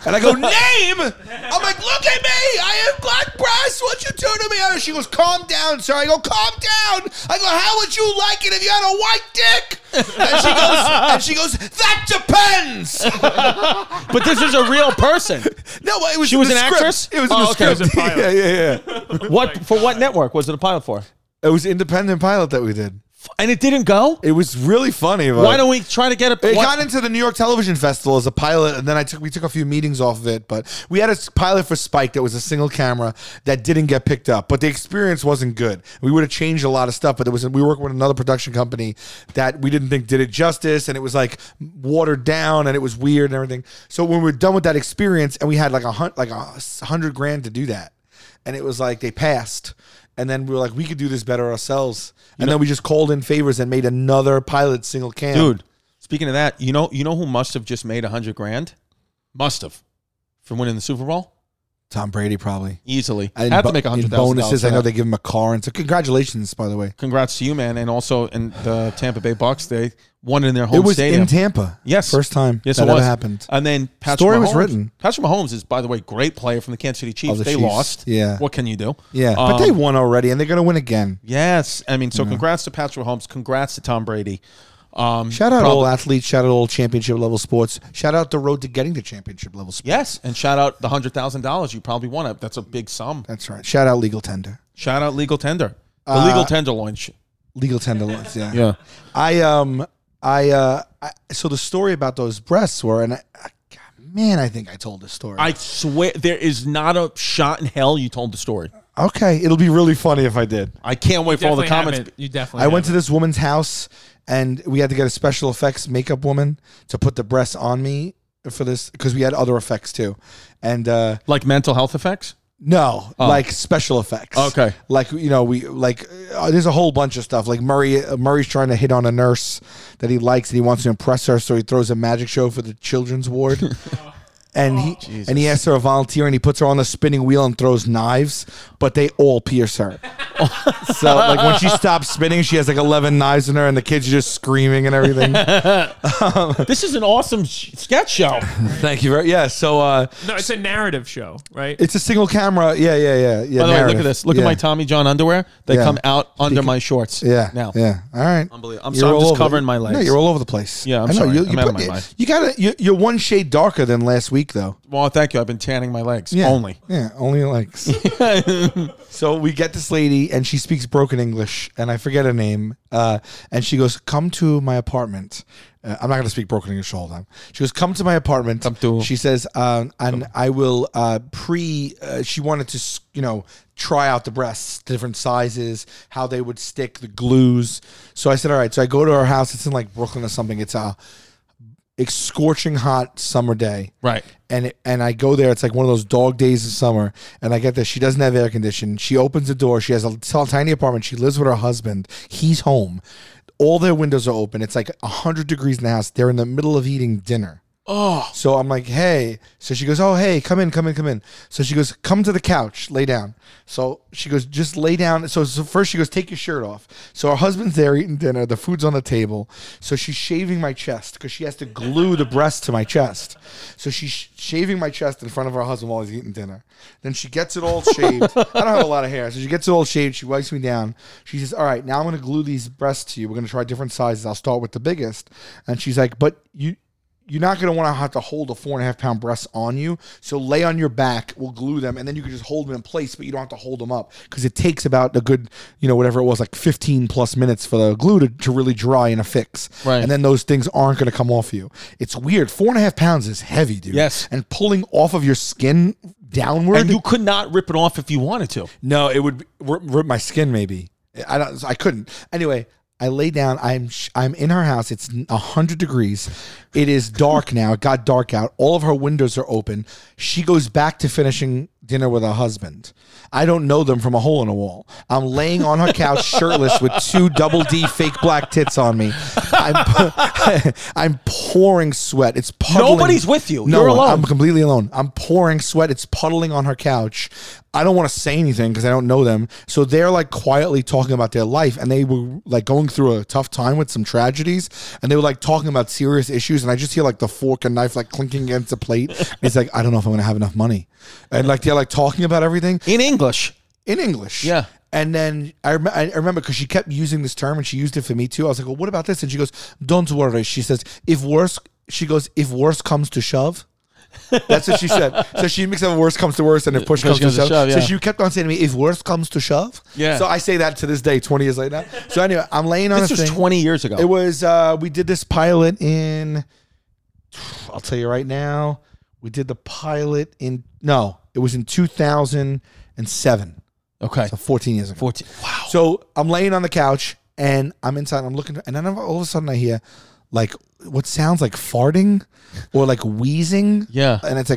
Speaker 3: and I go, name. I'm like, look at me, I have black breasts. What you do to me? And she goes, calm down, sir. I go, calm down. I go, how would you like it if you had a white dick? And she goes, and she goes, that depends.
Speaker 4: But this is a real person.
Speaker 3: No, it was
Speaker 4: She
Speaker 3: in
Speaker 4: was
Speaker 3: the
Speaker 4: an
Speaker 3: script.
Speaker 4: actress?
Speaker 3: It was in
Speaker 4: Oh,
Speaker 3: the
Speaker 4: okay, it was
Speaker 3: script.
Speaker 5: a pilot.
Speaker 3: yeah, yeah, yeah.
Speaker 4: What for what network was it a pilot for?
Speaker 3: It was independent pilot that we did.
Speaker 4: And it didn't go?
Speaker 3: It was really funny. But
Speaker 4: Why don't we try to get a
Speaker 3: It
Speaker 4: what-
Speaker 3: got into the New York Television Festival as a pilot, and then I took we took a few meetings off of it. But we had a s- pilot for Spike that was a single camera that didn't get picked up. But the experience wasn't good. We would have changed a lot of stuff, but it was we were working with another production company that we didn't think did it justice, and it was like watered down, and it was weird and everything. So when we were done with that experience, and we had like a hun- like a s- hundred grand to do that, and it was like they passed. And then we were like, we could do this better ourselves. And then we just called in favors and made another pilot single cam.
Speaker 4: Dude, speaking of that, you know you know who must have just made a hundred grand? Must have. From winning the Super Bowl?
Speaker 3: Tom Brady probably.
Speaker 4: Easily.
Speaker 3: I
Speaker 4: Had to make a hundred thousand
Speaker 3: bonuses.
Speaker 4: dollars
Speaker 3: I know
Speaker 4: for that.
Speaker 3: they give him a car, and so congratulations, by the way.
Speaker 4: Congrats to you, man. And also in the Tampa Bay Bucks, they won in their home
Speaker 3: it was
Speaker 4: stadium.
Speaker 3: in Tampa.
Speaker 4: Yes.
Speaker 3: first time.
Speaker 4: Yes,
Speaker 3: that
Speaker 4: it was.
Speaker 3: ever happened.
Speaker 4: And then Patrick
Speaker 3: Story
Speaker 4: Mahomes.
Speaker 3: was written.
Speaker 4: Patrick Mahomes is, by the way, great player from the Kansas City Chiefs.
Speaker 3: the
Speaker 4: they
Speaker 3: Chiefs.
Speaker 4: lost.
Speaker 3: Yeah.
Speaker 4: What can you do?
Speaker 3: Yeah, but they
Speaker 4: Um, Mm-hmm.
Speaker 3: won already, and they're gonna win again.
Speaker 4: Yes. I mean, so congrats to Patrick Mahomes. Congrats to Tom Brady. Um,
Speaker 3: Shout out
Speaker 4: prob-
Speaker 3: all athletes. Shout out all championship level sports. Shout out the road to getting to championship level sports.
Speaker 4: Yes, and shout out the hundred thousand dollars you probably won it. That's a big sum.
Speaker 3: That's right. Shout out legal tender.
Speaker 4: Shout out legal tender, the
Speaker 3: Uh,
Speaker 4: legal tender launch.
Speaker 3: Legal tender. laws, Yeah. I um I uh I, so the story about those breasts were, and I, I, God, man, I think I told this story.
Speaker 4: I swear there is not a shot in hell you told the story.
Speaker 3: Okay, it'll be really funny if I did.
Speaker 4: I can't wait for all the
Speaker 5: Definitely
Speaker 4: comments.
Speaker 5: haven't. You definitely.
Speaker 3: I went to
Speaker 5: haven't.
Speaker 3: this woman's house and we had to get a special effects makeup woman to put the breasts on me for this because we had other effects too. And uh
Speaker 4: Like mental health effects?
Speaker 3: no, like special effects.
Speaker 4: Oh. Okay.
Speaker 3: Like you know, we like uh, there's a whole bunch of stuff. Like Murray uh, Murray's trying to hit on a nurse that he likes and he wants to impress her, so he throws a magic show for the children's ward. And
Speaker 4: Oh,
Speaker 3: he and he asks her to volunteer, and he puts her on the spinning wheel and throws knives, but they all pierce her. so like when she stops spinning, she has like eleven knives in her, and the kids are just screaming and everything.
Speaker 4: This is an awesome sh- sketch show.
Speaker 3: Thank you very yeah. So uh,
Speaker 5: No, it's a narrative show, right?
Speaker 3: it's a single camera. Yeah, yeah, yeah, yeah.
Speaker 4: By the way, look
Speaker 3: narrative.
Speaker 4: at this. Look
Speaker 3: Yeah.
Speaker 4: at my Tommy John underwear. They
Speaker 3: Yeah.
Speaker 4: come out under my shorts.
Speaker 3: Yeah.
Speaker 4: Now.
Speaker 3: Yeah. All right.
Speaker 4: Unbelievable. I'm
Speaker 3: You're
Speaker 4: sorry, I'm
Speaker 3: all
Speaker 4: just
Speaker 3: over-
Speaker 4: covering my legs.
Speaker 3: No, you're all over the place.
Speaker 4: Yeah, I'm
Speaker 3: I know,
Speaker 4: sorry.
Speaker 3: You,
Speaker 4: I'm out of
Speaker 3: put-
Speaker 4: my mind.
Speaker 3: You gotta. You, you're one shade darker than last week, though.
Speaker 4: Well, thank you. I've been tanning my legs
Speaker 3: Yeah.
Speaker 4: only.
Speaker 3: Yeah, only legs. so we get this lady, and she speaks broken English, and I forget her name. Uh, and she goes, "Come to my apartment." Uh, I'm not going to speak broken English the whole time. She goes, "Come to my apartment." Come
Speaker 4: to-
Speaker 3: She says, um, "And I will uh, pre." Uh, she wanted to, s- you know, try out the breasts, different sizes, how they would stick, the glues. So I said, "All right." So I go to her house. It's in like Brooklyn or something. It's a it's scorching hot summer day
Speaker 4: Right.
Speaker 3: and it, and I go there. It's like one of those dog days of summer, and I get there. She doesn't have air conditioning. She opens the door. She has a t- tiny apartment. She lives with her husband. He's home. All their windows are open. It's like hundred degrees in the house. They're in the middle of eating dinner. Oh. So I'm like, hey. So she goes, oh, hey, come in, come in, come in. So she goes, come to the couch, lay down. So she goes, just lay down. So, so first she goes, take your shirt off. So her husband's there eating dinner. The food's on the table. So she's shaving my chest because she has to glue the breast to my chest. So she's sh- shaving my chest in front of her husband while he's eating dinner. Then she gets it all shaved. I don't have a lot of hair. So she gets it all shaved. She wipes me down. She says, all right, now I'm going to glue these breasts to you. We're going to try different sizes. I'll start with the biggest. And she's like, but you you're not going to want to have to hold a four and a half pound breast on you. So lay on your back, we'll glue them, and then you can just hold them in place, but you don't have to hold them up because it takes about a good, you know, whatever it was, like 15 plus minutes for the glue to, to really dry and affix.
Speaker 4: Right.
Speaker 3: And then those things aren't going to come off you. It's weird. Four and a half pounds is heavy, dude.
Speaker 4: Yes.
Speaker 3: And pulling off of your skin downward.
Speaker 4: And you could not rip it off if you wanted to.
Speaker 3: No, it would rip, rip my skin. Maybe I don't. I couldn't. Anyway, I lay down. I'm sh- I'm in her house. It's hundred degrees. It is dark now. It got dark out. All of her windows are open. She goes back to finishing dinner with her husband. I don't know them from a hole in a wall. I'm laying on her couch shirtless with two double D fake black tits on me. I'm, I'm pouring sweat. It's puddling.
Speaker 4: Nobody's with you.
Speaker 3: No
Speaker 4: You're
Speaker 3: one.
Speaker 4: alone.
Speaker 3: I'm completely alone. I'm pouring sweat. It's puddling on her couch. I don't want to say anything because I don't know them. So they're like quietly talking about their life and they were like going through a tough time with some tragedies and they were like talking about serious issues. And I just hear like the fork and knife like clinking against the plate. And it's like, I don't know if I'm going to have enough money. And like they're like talking about everything
Speaker 4: In English.
Speaker 3: in English.
Speaker 4: Yeah.
Speaker 3: And then I, rem- I remember because she kept using this term and she used it for me too. I was like, well, what about this? And she goes, don't worry. She says, if worse, she goes, if worse comes to shove. That's what she said. So she mixed up worse comes to worse and if push comes, to, shove.
Speaker 4: yeah.
Speaker 3: So she kept on saying to me, if worse comes to shove.
Speaker 4: Yeah.
Speaker 3: So I say that to this day, 20 years later. So anyway, I'm laying on
Speaker 4: This
Speaker 3: a
Speaker 4: was
Speaker 3: thing.
Speaker 4: 20 years ago.
Speaker 3: It was uh we did this pilot in I'll tell you right now. We did the pilot in no, it was in 2007.
Speaker 4: okay.
Speaker 3: So 14 years ago.
Speaker 4: 14. Wow.
Speaker 3: So I'm laying on the couch and I'm inside. I'm looking, and then all of a sudden I hear like what sounds like farting or like wheezing.
Speaker 4: Yeah.
Speaker 3: and it's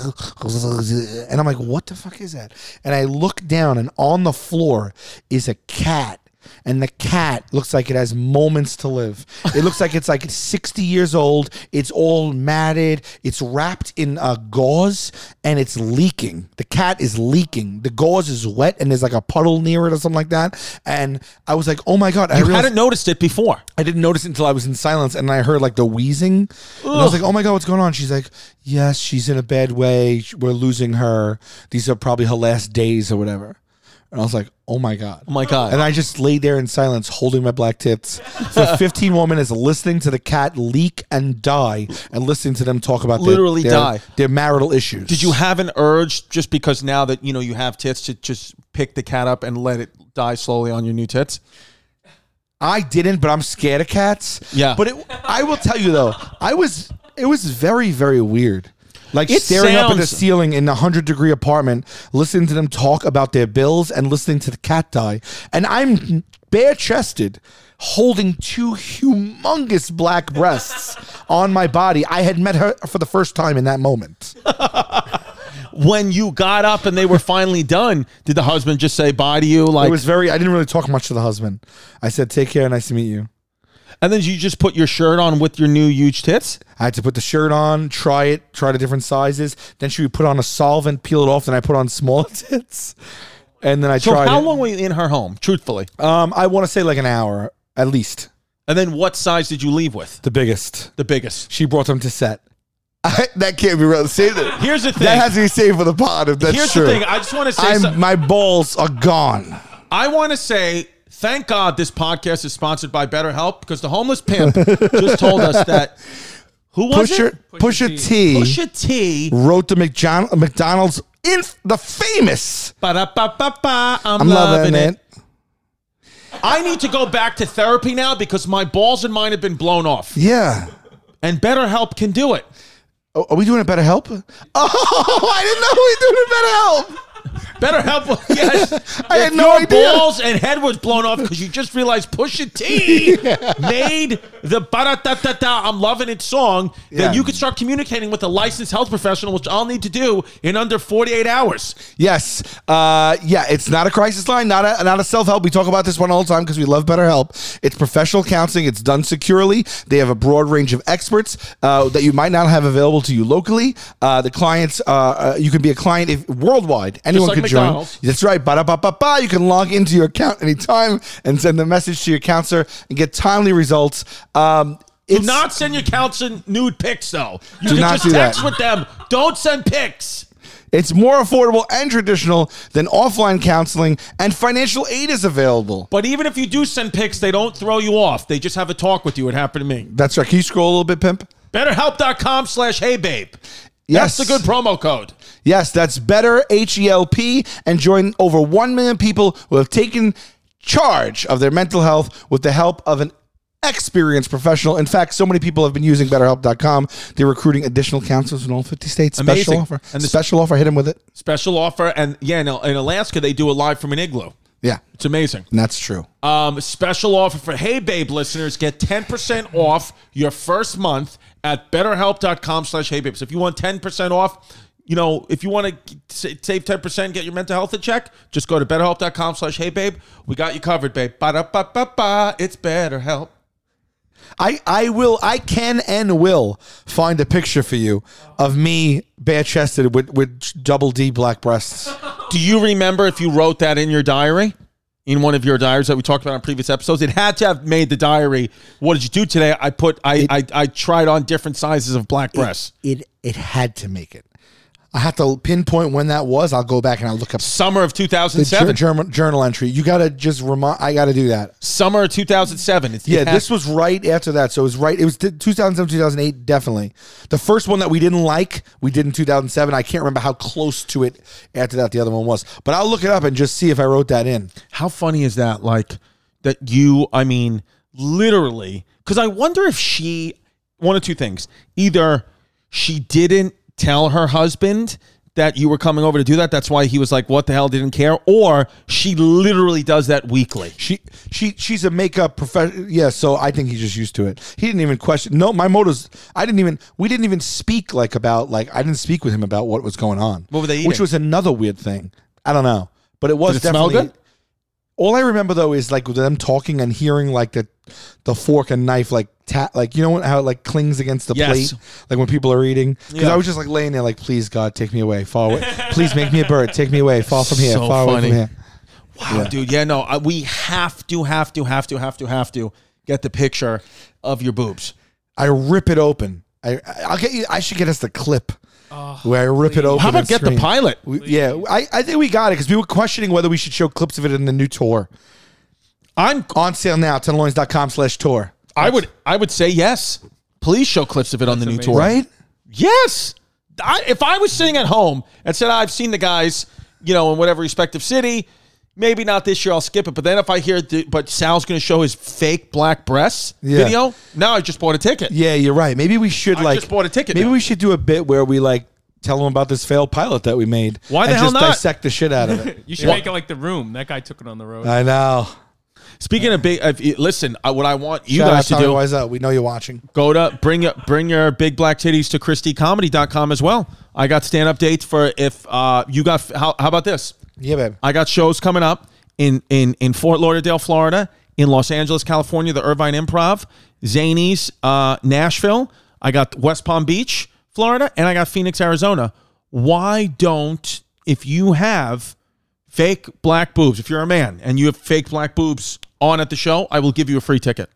Speaker 3: like, and I'm like, what the fuck is that? And I look down, and on the floor is a cat. And the cat looks like it has moments to live. It looks like it's like 60 years old. It's all matted. It's wrapped in uh, gauze and it's leaking. The cat is leaking. The gauze is wet and there's like a puddle near it or something like that. And I was like, oh my God. I
Speaker 4: You
Speaker 3: realized-
Speaker 4: hadn't noticed it before.
Speaker 3: I didn't notice it until I was in silence and I heard like the wheezing. And I was like, oh my God, what's going on? She's like, yes, she's in a bad way. Sh- We're losing her. These are probably her last days or whatever. And I was like, oh my God.
Speaker 4: Oh my God.
Speaker 3: And I just laid there in silence holding my black tits for 15 more minutes, listening to the cat leak and die and listening to them talk about their-
Speaker 4: Literally
Speaker 3: their,
Speaker 4: die.
Speaker 3: their marital issues.
Speaker 4: Did you have an urge just because now that you know you have tits to just pick the cat up and let it die slowly on your new tits?
Speaker 3: I didn't, but I'm scared of cats.
Speaker 4: Yeah.
Speaker 3: But it, I will tell you though, I was it was very very weird. Like
Speaker 4: It
Speaker 3: staring up at the
Speaker 4: sounds-
Speaker 3: ceiling in a hundred degree apartment, listening to them talk about their bills and listening to the cat die. And I'm bare chested, holding two humongous black breasts on my body. I had met her for the first time in that moment.
Speaker 4: When you got up and they were finally done, did the husband just say bye to you? Like,
Speaker 3: it was very. I didn't really talk much to the husband. I said, "Take care, nice to meet you."
Speaker 4: and then you just put your shirt on with your new huge tits.
Speaker 3: I had to put the shirt on, try it, try the different sizes. Then she would put on a solvent, peel it off, then I put on smaller tits. And then I
Speaker 4: So
Speaker 3: tried.
Speaker 4: how
Speaker 3: it.
Speaker 4: long were you in her home, truthfully?
Speaker 3: Um, I want to say like an hour at least.
Speaker 4: And then what size did you leave with?
Speaker 3: The biggest.
Speaker 4: The biggest.
Speaker 3: She brought them to set.
Speaker 6: that can't be real. Save that.
Speaker 4: Here's the thing.
Speaker 6: That has to be saved for the pod. If that's
Speaker 4: Here's
Speaker 6: true.
Speaker 4: the thing. I just want to say.
Speaker 3: I'm,
Speaker 4: some-
Speaker 3: my balls are gone.
Speaker 4: I want to say thank God this podcast is sponsored by BetterHelp because the homeless pimp just told us that. Who was
Speaker 3: Pusher
Speaker 4: it?
Speaker 3: Pusher
Speaker 5: T.
Speaker 3: T,
Speaker 4: Pusha T.
Speaker 3: wrote to McDonald, McDonald's in the famous.
Speaker 4: Ba-da-ba-ba-ba, I'm,
Speaker 3: I'm loving, it.
Speaker 4: I need to go back to therapy now because my balls and mine have been blown off,
Speaker 3: Yeah.
Speaker 4: and BetterHelp can do it.
Speaker 3: Oh, are we doing a better help? Oh, I didn't know we were doing a better help.
Speaker 4: BetterHelp, will- yes.
Speaker 3: I had
Speaker 4: If
Speaker 3: no
Speaker 4: your
Speaker 3: idea.
Speaker 4: balls and head was blown off because you just realized Pusha T made the ba da da da I'm loving it song.
Speaker 3: Yeah.
Speaker 4: Then you could start communicating with a licensed health professional, which I'll need to do in under 48 hours.
Speaker 3: Yes. Uh, yeah, it's not a crisis line, not a not a self help. We talk about this one all the time because we love BetterHelp. It's professional counseling. It's done securely. They have a broad range of experts uh, that you might not have available to you locally. Uh, the clients, uh, uh, you can be a client if, worldwide. Anyone
Speaker 4: like
Speaker 3: can
Speaker 4: McDonald's.
Speaker 3: join. That's right. Ba ba ba ba. You can log into your account anytime and send a message to your counselor and get timely results. Um,
Speaker 4: Do
Speaker 3: it's
Speaker 4: not send your counselor nude pics, though. You
Speaker 3: Do
Speaker 4: can
Speaker 3: not
Speaker 4: just
Speaker 3: do that.
Speaker 4: text with them. Don't send pics.
Speaker 3: it's more affordable and traditional than offline counseling, and financial aid is available.
Speaker 4: But even if you do send pics, they don't throw you off. They just have a talk with you. It happened to me.
Speaker 3: That's right. Can you scroll a little bit, pimp?
Speaker 4: BetterHelp.com slash hey babe.
Speaker 3: Yes,
Speaker 4: That's a good promo code.
Speaker 3: Yes, that's better H E L P and join over 1 million people who have taken charge of their mental health with the help of an experienced professional. In fact, so many people have been using betterhelp.com. They're recruiting additional counselors in all 50 states. Special
Speaker 4: Amazing.
Speaker 3: offer.
Speaker 4: And the-
Speaker 3: special offer. Hit him with it.
Speaker 4: Special offer. And yeah, in, in Alaska, they do it live from an igloo.
Speaker 3: Yeah.
Speaker 4: It's amazing.
Speaker 3: And that's true.
Speaker 4: Um, special offer for Hey Babe listeners. Get 10% off your first month at betterhelp.com slash Hey Babe. So if you want 10% off, you know, if you want to save 10%, get your mental health in check, just go to betterhelp.com slash Hey Babe. We got you covered, babe. Ba-da-ba-ba-ba. It's BetterHelp.
Speaker 3: I, I will I can and will find a picture for you of me bare chested with, with double D black breasts.
Speaker 4: Do you remember if you wrote that in your diary? In one of your diaries that we talked about on previous episodes, it had to have made the diary. What did you do today? I put I I, I tried on different sizes of black breasts.
Speaker 3: It it had to make it. I have to pinpoint when that was. I'll go back and I'll look up
Speaker 4: Summer of
Speaker 3: the
Speaker 4: 2007.
Speaker 3: jour- journal, journal entry. You gotta just remind. I gotta do that.
Speaker 4: Summer of 2007. It's,
Speaker 3: Yeah,
Speaker 4: it
Speaker 3: this
Speaker 4: has-
Speaker 3: was right after that, so it was right. It was t- 2007, 2008, definitely. The first one that we didn't like, we did in 2007. I can't remember how close to it after that the other one was, but I'll look it up and just see if I wrote that in.
Speaker 4: how funny is that? Like that you, I mean, literally. Because I wonder if she one of two things: either she didn't tell her husband that you were coming over to do that. That's why he was like, "What the hell?" Didn't care, or she literally does that weekly.
Speaker 3: She she she's a makeup professional. Yeah, so I think he's just used to it. He didn't even question. No, my motives. I didn't even. We didn't even speak like about like I didn't speak with him about what was going on.
Speaker 4: What were they
Speaker 3: Which
Speaker 4: eating?
Speaker 3: was another weird thing. I don't know, but it was
Speaker 4: Did it smell
Speaker 3: definitely.
Speaker 4: good?
Speaker 3: All I remember though is like them talking and hearing like the the fork and knife like tap like you know how it like clings against the
Speaker 4: Yes.
Speaker 3: plate like when people are eating because
Speaker 4: Yeah.
Speaker 3: I was just like laying there like please God take me away far away please make me a bird take me away far from here
Speaker 4: So
Speaker 3: far away
Speaker 4: funny.
Speaker 3: from here
Speaker 4: Wow, dude. Yeah, no, I, we have to, have to, have to, have to, have to get the picture of your boobs.
Speaker 3: I rip it open. I I- I'll get you. I should get us the clip where I rip it open.
Speaker 4: How
Speaker 3: and
Speaker 4: about get the
Speaker 3: scream.
Speaker 4: pilot?
Speaker 3: We- yeah, I, I think we got it because we were questioning whether we should show clips of it in the new tour
Speaker 4: I'm
Speaker 3: on sale now. Tenderloins.com slash tour.
Speaker 4: I would I would say yes. Please show clips of it on the new
Speaker 5: amazing.
Speaker 4: tour.
Speaker 3: Right?
Speaker 4: Yes. I, if I was sitting at home and said I've seen the guys, you know, in whatever respective city, maybe not this year. I'll skip it. But then if I hear, the, but Sal's going to show his fake black breasts
Speaker 3: Yeah.
Speaker 4: video. Now I just bought a ticket.
Speaker 3: Yeah, you're right. Maybe we should
Speaker 4: I
Speaker 3: like
Speaker 4: just bought a ticket
Speaker 3: Maybe
Speaker 4: now.
Speaker 3: we should do a bit where we like tell them about this failed pilot that we made.
Speaker 5: Why the
Speaker 3: and
Speaker 5: hell
Speaker 3: just
Speaker 5: not?
Speaker 3: dissect the shit out of it.
Speaker 5: You should make it like the room. That guy took it on the
Speaker 4: Uh,
Speaker 5: road.
Speaker 3: I know.
Speaker 4: Speaking of big, if, listen, I, what I want you
Speaker 3: Shout out
Speaker 4: guys to
Speaker 3: Tommy
Speaker 4: do,
Speaker 3: Wiseau. We know you're watching.
Speaker 4: go to bring your bring your big black titties to christycomedy.com as well. I got stand up dates for if uh, you got how, how about this?
Speaker 3: Yeah, babe.
Speaker 4: I got shows coming up in in in Fort Lauderdale, Florida, in Los Angeles, California, the Irvine Improv, Zanies, uh, Nashville. I got West Palm Beach, Florida, and I got Phoenix, Arizona. Why don't if you have fake black boobs, if you're a man and you have fake black boobs on at the show, I will give you a free ticket.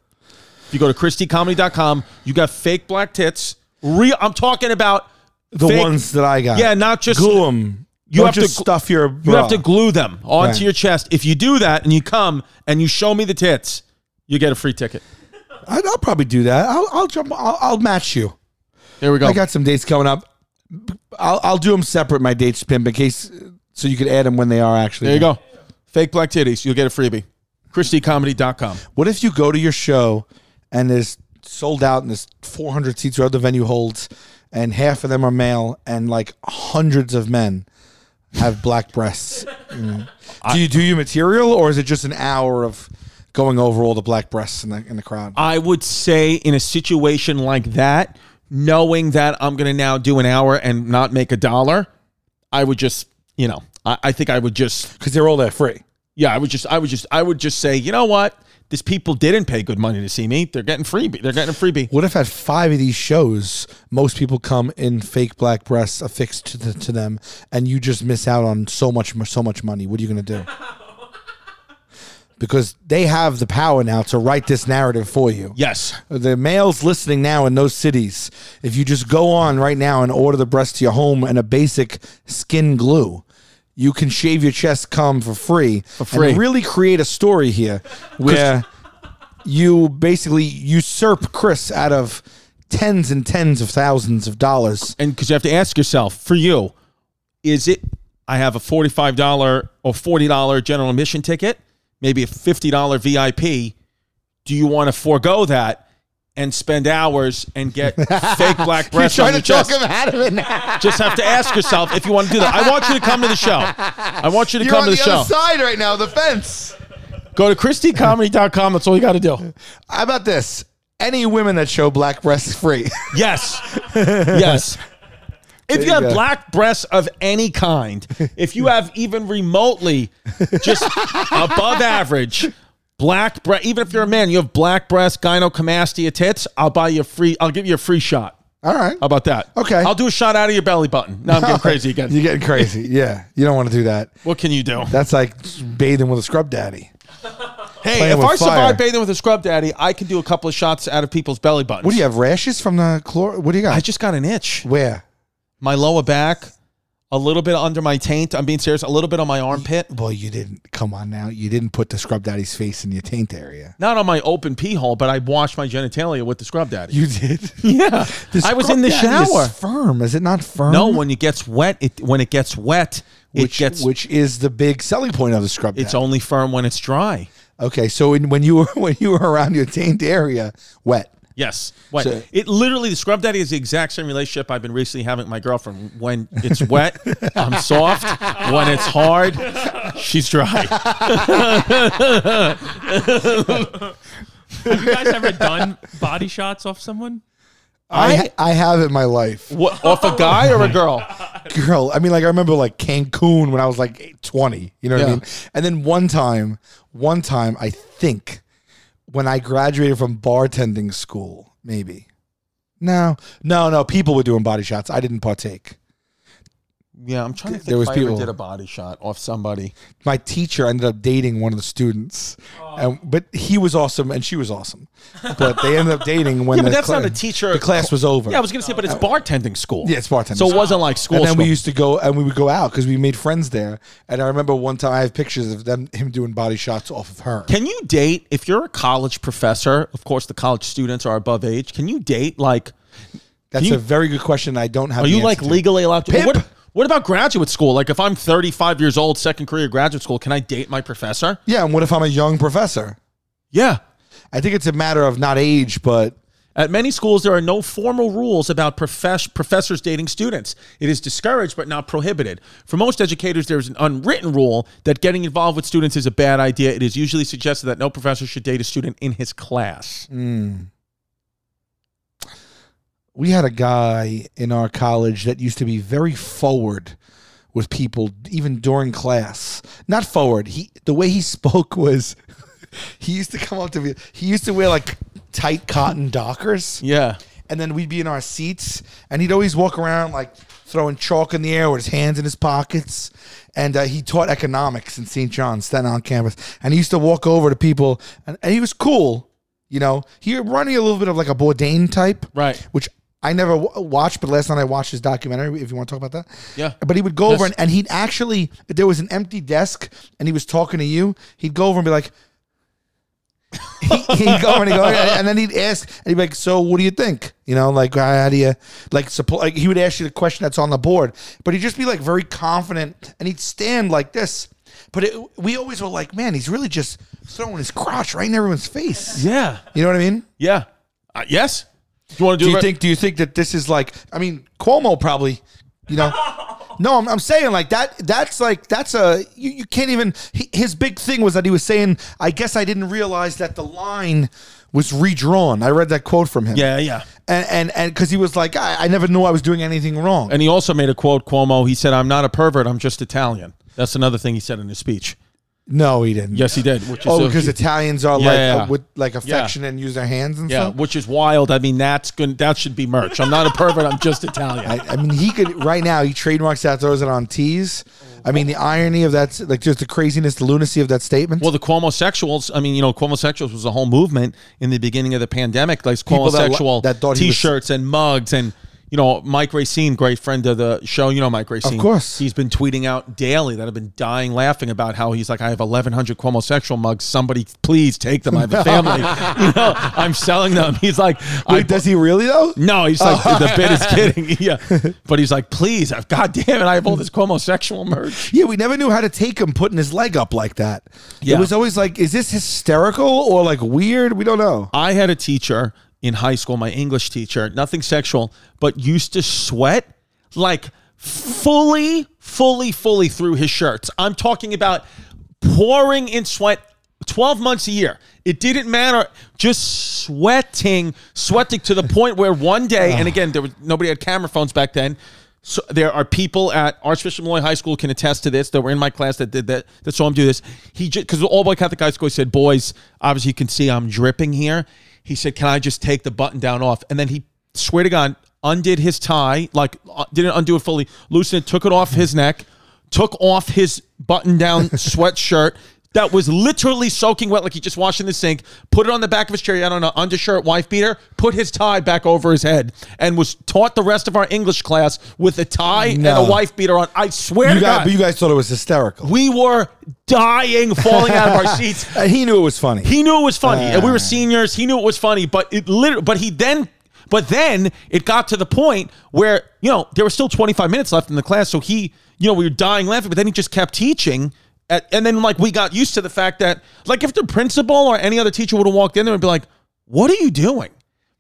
Speaker 4: If you go to christycomedy.com, you got fake black tits. Real, I'm talking about
Speaker 3: The
Speaker 4: fake-
Speaker 3: ones that I got.
Speaker 4: Yeah, not just
Speaker 3: glue them.
Speaker 4: You have to
Speaker 3: just
Speaker 4: gl-
Speaker 3: stuff your.
Speaker 4: you have to
Speaker 3: bra.
Speaker 4: glue them onto
Speaker 3: Right.
Speaker 4: your chest. If you do that and you come and you show me the tits, you get a free ticket.
Speaker 3: I, I'll probably do that. I'll, I'll jump. I'll, I'll match you.
Speaker 4: There we go.
Speaker 3: I got some dates coming up. I'll, I'll do them separate. My dates, Pimp, in case so you can add them when they are actually.
Speaker 4: there you go. Fake black titties. You'll get a freebie. ChristyComedy.com.
Speaker 3: What if you go to your show and there's sold out and there's 400 seats throughout the venue holds, and half of them are male and like hundreds of men have black breasts. Mm. do you do your material or is it just an hour of going over all the black breasts in the in the crowd?
Speaker 4: I would say in a situation like that, knowing that I'm going to now do an hour and not make a dollar, I would just, you know, I, I think I would just,
Speaker 3: Because they're all there free.
Speaker 4: yeah, I would just, I would just, I would just say, you know what? These people didn't pay good money to see me. They're getting freebie. They're getting a freebie.
Speaker 3: What if at five of these shows, most people come in fake black breasts affixed to, the, to them, and you just miss out on so much mo- so much money? What are you going to do? Because they have the power now to write this narrative for you.
Speaker 4: Yes.
Speaker 3: The males listening now in those cities, if you just go on right now and order the breast to your home and a basic skin glue, you can shave your chest cum for free. For
Speaker 4: free.
Speaker 3: And really create a story here where you basically usurp Chris out of tens and tens of thousands of dollars.
Speaker 4: and because you have to ask yourself for you is it i have a $45 or $40 general admission ticket maybe a $50 vip do you want to forego that and spend hours and get fake black breasts on your chest.
Speaker 6: out of it now.
Speaker 4: Just have to ask yourself if you want to do that. I want you to come to the show. I want you to
Speaker 6: You're
Speaker 4: come
Speaker 6: on
Speaker 4: to
Speaker 6: the,
Speaker 4: the, show.
Speaker 6: other side right now, the fence.
Speaker 4: Go to ChristyComedy.com. That's all you got to do.
Speaker 6: How about this? Any women that show black breasts free.
Speaker 4: Yes. Yes. If you have
Speaker 6: go.
Speaker 4: black breasts of any kind, if you have even remotely just above average black breast, even if you're a man, you have black breasts, gynecomastia, tits, I'll buy you a free, I'll give you a free shot.
Speaker 3: All right.
Speaker 4: How about that?
Speaker 3: Okay.
Speaker 4: I'll do a shot out of your belly button. Now I'm getting crazy
Speaker 3: You're
Speaker 4: again.
Speaker 3: getting crazy. Yeah. You don't want to do that.
Speaker 4: What can you do?
Speaker 3: That's like bathing with a scrub daddy.
Speaker 4: Hey,
Speaker 3: playing
Speaker 4: if
Speaker 3: with
Speaker 4: I
Speaker 3: fire.
Speaker 4: survive bathing with a scrub daddy, I can do a couple of shots out of people's belly buttons.
Speaker 3: What do you have? Rashes from the chlor? What do you got?
Speaker 4: I just got an itch.
Speaker 3: Where?
Speaker 4: My lower back, a little bit under my taint. I'm being serious. A little bit on my armpit.
Speaker 3: Well, you didn't. Come on now. You didn't put the scrub daddy's face in your taint area.
Speaker 4: not on my open pee hole, but I washed my genitalia with the scrub daddy.
Speaker 3: You did.
Speaker 4: yeah, I was in the shower. Mm-hmm.
Speaker 3: firm. Is it not firm?
Speaker 4: No, when it gets wet, it when it gets wet,
Speaker 3: Which,
Speaker 4: it gets
Speaker 3: which is the big selling point of the scrub
Speaker 4: it's
Speaker 3: daddy.
Speaker 4: only firm when it's dry.
Speaker 3: okay, so in, when you were when you were around your taint area, wet.
Speaker 4: Yes, wet.
Speaker 3: So-
Speaker 4: it literally the scrub daddy is the exact same relationship I've been recently having with my girlfriend. When it's wet, I'm soft. When it's hard, she's dry.
Speaker 5: You guys ever done body shots off someone?
Speaker 3: I I have in my life,
Speaker 4: What, off a guy or a girl?
Speaker 3: girl. I mean, like I remember like Cancun when I was like eight- twenty. You know what
Speaker 4: Yeah.
Speaker 3: I mean? And then one time, one time I think when I graduated from bartending school, maybe. No, no, no. People were doing body shots. I didn't partake.
Speaker 4: Yeah, I'm trying to think.
Speaker 3: There
Speaker 4: if
Speaker 3: was
Speaker 4: I ever
Speaker 3: people-
Speaker 4: did a body shot off somebody.
Speaker 3: my teacher ended up dating one of the students, and, but he was awesome and she was awesome, but they ended up dating when
Speaker 4: Yeah, but
Speaker 3: the
Speaker 4: that's
Speaker 3: cla-
Speaker 4: not a teacher.
Speaker 3: The class was over.
Speaker 4: Yeah, I was gonna say, but it's Uh, bartending school.
Speaker 3: Yeah, it's bartending
Speaker 4: So it
Speaker 3: school.
Speaker 4: wasn't like school.
Speaker 3: and then we
Speaker 4: school.
Speaker 3: used to go and we would go out because we made friends there. And I remember one time I have pictures of them him doing body shots off of her.
Speaker 4: Can you date if you're a college professor? Of course, the college students are above age. Can you date like?
Speaker 3: That's
Speaker 4: you-
Speaker 3: a very good question. I don't have.
Speaker 4: Are
Speaker 3: the
Speaker 4: you
Speaker 3: answer
Speaker 4: like
Speaker 3: to.
Speaker 4: legally allowed to?
Speaker 3: Pimp.
Speaker 4: What, what about graduate school? Like, if I'm 35 years old, second career graduate school, can I date my professor?
Speaker 3: Yeah, and what if I'm a young professor?
Speaker 4: Yeah.
Speaker 3: I think it's a matter of not age, but
Speaker 4: At many schools, there are no formal rules about profess- professors dating students. It is discouraged but not prohibited. For most educators, there is an unwritten rule that getting involved with students is a bad idea. It is usually suggested that no professor should date a student in his class.
Speaker 3: Mm. we had a guy in our college that used to be very forward with people even during class not forward he the way he spoke was he used to come up to me he used to wear like tight cotton dockers
Speaker 4: Yeah.
Speaker 3: and then we'd be in our seats, and he'd always walk around like throwing chalk in the air with his hands in his pockets. And uh, he taught economics in St. John's, Staten Island campus. And he used to walk over to people, and, and he was cool. You know, he reminded me a little bit of like a Bourdain type,
Speaker 4: Right.
Speaker 3: Which I never w- watched, but last night I watched his documentary. If you want to talk about that,
Speaker 4: Yeah.
Speaker 3: But he would go over and, and he'd actually there was an empty desk, and he was talking to you. He'd go over and be like, he'd go and he'd go, and then he'd ask, and he'd be like, "So, what do you think? You know, like how how do you like support?" Like, he would ask you the question that's on the board, but he'd just be like very confident, and he'd stand like this. But it, we always were like, "Man, he's really just throwing his crotch right in everyone's face."
Speaker 4: Yeah.
Speaker 3: You know what I mean?
Speaker 4: Yeah. Uh, yes. Do you want to do,
Speaker 3: Do
Speaker 4: it
Speaker 3: you
Speaker 4: right-
Speaker 3: think? Do you think that this is like? I mean, Cuomo probably. You know. No, I'm, I'm saying like that. That's like that's a you, you can't even. He, his big thing was that he was saying, "I guess I didn't realize that the line was redrawn." I read that quote from him.
Speaker 4: Yeah, yeah.
Speaker 3: and and and because he was like, I, "I never knew I was doing anything wrong."
Speaker 4: And he also made a quote, Cuomo. He said, I'm not a pervert, I'm just Italian. That's another thing he said in his speech.
Speaker 3: no, he didn't.
Speaker 4: Yes, he did. Which is
Speaker 3: Oh,
Speaker 4: a-
Speaker 3: because Italians are
Speaker 4: Yeah,
Speaker 3: like
Speaker 4: yeah, yeah.
Speaker 3: Uh, with like affection and use their hands and
Speaker 4: Yeah,
Speaker 3: stuff.
Speaker 4: which is wild. I mean, that's good. That should be merch. I'm not a pervert. I'm just Italian.
Speaker 3: I, I mean, he could right now. He trademarks that, throws it on tees. I mean, the irony of that, like just the craziness, the lunacy of that statement.
Speaker 4: well, the homosexuals. I mean, you know, homosexuals was a whole movement in the beginning of the pandemic, like
Speaker 3: People that li-
Speaker 4: homosexual
Speaker 3: that thought he was-
Speaker 4: t-shirts and mugs, and you know, Mike Racine, great friend of the show. You know, Mike Racine.
Speaker 3: course.
Speaker 4: he's been tweeting out daily that I've been dying laughing about how he's like, I have 1,100 homosexual mugs. Somebody, please take them. I have a family. you know, I'm selling them. He's like, I,
Speaker 3: Wait, does he really though?
Speaker 4: No, he's like the bit is kidding. Yeah, but he's like, please, I've God damn it, I have all this homosexual merch.
Speaker 3: Yeah, we never knew how to take him putting his leg up like that.
Speaker 4: Yeah.
Speaker 3: It was always like, is this hysterical or like weird? We don't know.
Speaker 4: I had a teacher in high school, my English teacher, nothing sexual, but used to sweat like fully, fully, fully through his shirts. I'm talking about pouring in sweat 12 months a year. It didn't matter, just sweating, sweating to the point where one day, and again, there was nobody had camera phones back then. So there are people at Archbishop Malloy High School can attest to this that were in my class that did that that saw him do this. He just because all boy Catholic high school he said, boys, obviously you can see I'm dripping here. He said, can I just take the button down off? And then he swear to God undid his tie, like uh, didn't undo it fully, loosened it, took it off his neck, took off his button down sweatshirt. That was literally soaking wet, like he just washed in the sink. Put it on the back of his chair, I don't know, undershirt, wife beater. Put his tie back over his head, and was taught the rest of our English class with a tie
Speaker 3: No.
Speaker 4: and a wife beater on. I swear
Speaker 3: You
Speaker 4: to
Speaker 3: guys,
Speaker 4: God,
Speaker 3: but you guys thought it was hysterical.
Speaker 4: we were dying, falling out of our seats.
Speaker 3: And Uh, he knew it was funny.
Speaker 4: He knew it was funny, and we were seniors. He knew it was funny, but it literally, but he then, but then it got to the point where you know there were still 25 minutes left in the class, so he, you know, we were dying laughing, but then he just kept teaching. At, and then like we got used to the fact that like if the principal or any other teacher would have walked in there and be like, "What are you doing?"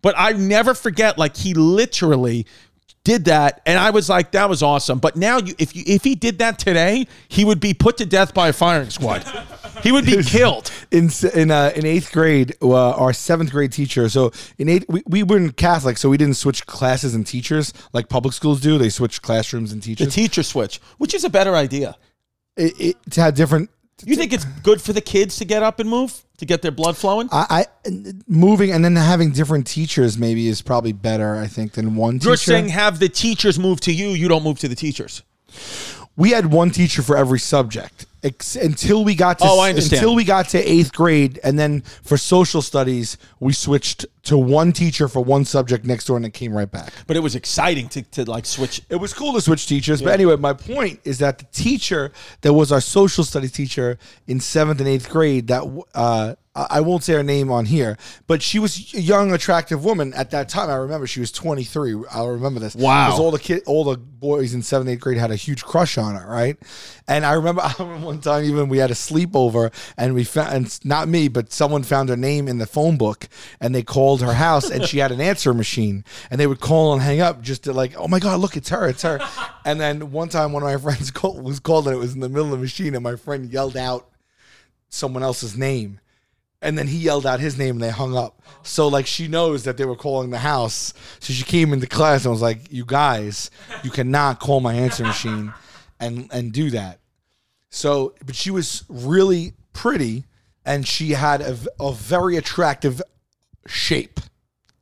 Speaker 4: But I never forget like he literally did that and I was like that was awesome but now you if you if he did that today he would be put to death by a firing squad he would be killed
Speaker 3: in s- in uh, in eighth grade, uh, our seventh grade teacher. So in eighth, we, we were in Catholic, so we didn't switch classes and teachers like public schools do. They switch classrooms and
Speaker 4: The
Speaker 3: teachers.
Speaker 4: teacher switch, which is a better idea.
Speaker 3: it, it, it had different.
Speaker 4: You think it's good for the kids to get up and move to get their blood flowing?
Speaker 3: I, I moving and then having different teachers maybe is probably better. I think than one teacher.
Speaker 4: You're saying have the teachers move to you, you don't move to the teachers.
Speaker 3: we had one teacher for every subject ex- until we got to
Speaker 4: Oh, I understand.
Speaker 3: until we got to eighth grade, and then for social studies we switched to one teacher for one subject next door, and it came right back.
Speaker 4: But it was exciting to, to like switch.
Speaker 3: It was cool to switch teachers, but anyway, my point is that the teacher that was our social studies teacher in seventh and eighth grade that uh, I I won't say her name on here, but she was a young, attractive woman at that time. I remember she was 23. I'll remember this.
Speaker 4: Wow.
Speaker 3: 'Cause all the kid, all the boys in seventh, eighth grade had a huge crush on her, right? And I remember, I remember one time even we had a sleepover, and we found and it's not me, but someone found her name in the phone book, and they called her house, and she had an answer machine, and they would call and hang up just to like, oh my god, look, it's her, it's her. And then one time, one of my friends called, was called, and it was in the middle of the machine, and my friend yelled out someone else's name. And then he yelled out his name and they hung up. So, like, she knows that they were calling the house. So she came into class and was like, You guys, you cannot call my answer machine and, and do that. So, but she was really pretty and she had a, v- a very attractive shape.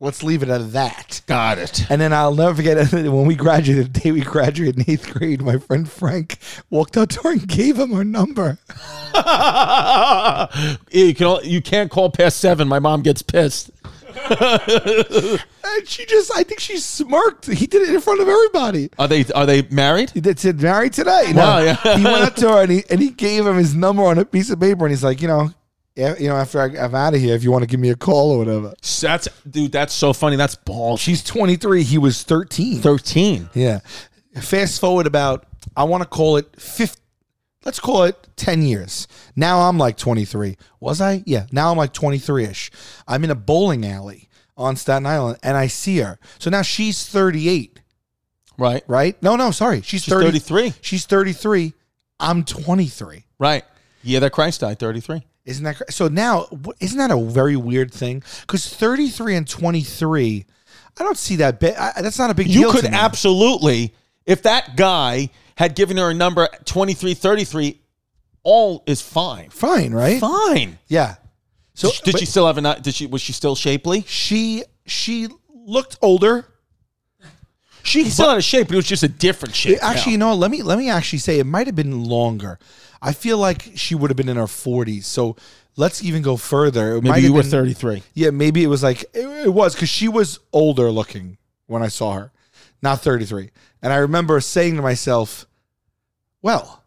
Speaker 3: Let's leave it at that.
Speaker 4: Got it.
Speaker 3: And then I'll never forget when we graduated, the day we graduated in eighth grade, my friend Frank walked out to her and gave him her number.
Speaker 4: you, can, you can't call past seven. My mom gets pissed.
Speaker 3: And she just, I think she smirked. He did it in front of everybody.
Speaker 4: Are they are they married?
Speaker 3: He did said married today. No,
Speaker 4: Wow, yeah.
Speaker 3: he went up to her and he, and he gave him his number on a piece of paper, and he's like, you know, yeah, you know, after I, I'm out of here, if you want to give me a call or whatever.
Speaker 4: That's dude. That's so funny. That's ball.
Speaker 3: She's 23. He was 13.
Speaker 4: thirteen.
Speaker 3: Yeah. Fast forward about, I want to call it 50, let's call it 10 years. Now I'm like 23. Was I? Yeah. Now I'm like 23 ish. I'm in a bowling alley on Staten Island and I see her. So now she's 38,
Speaker 4: Right.
Speaker 3: right? No, no, sorry. She's,
Speaker 4: She's
Speaker 3: 30
Speaker 4: 33.
Speaker 3: She's 33. I'm 23.
Speaker 4: Right. Yeah, that Christ died. Thirty three.
Speaker 3: Isn't that cra- so? Now, wh- isn't that a very weird thing? Because 33 and 23, I don't see that. Bi- I, that's not a big deal.
Speaker 4: You could
Speaker 3: to me.
Speaker 4: absolutely, if that guy had given her a number 23, 33, all is fine.
Speaker 3: fine, right?
Speaker 4: Fine.
Speaker 3: Yeah. So
Speaker 4: Did she- did she still have a? nut- Did she? Was she still shapely?
Speaker 3: she she looked older.
Speaker 4: She still had a shape, but it was just a different shape.
Speaker 3: Actually, you know, what? let me let me actually say it might have been longer. I feel like she would have been in her 40s. So let's even go further. It might
Speaker 4: maybe
Speaker 3: have
Speaker 4: you were
Speaker 3: been-
Speaker 4: thirty three.
Speaker 3: Yeah, maybe it was like it, it was because she was older looking when I saw her, not 33. And I remember saying to myself, "Well,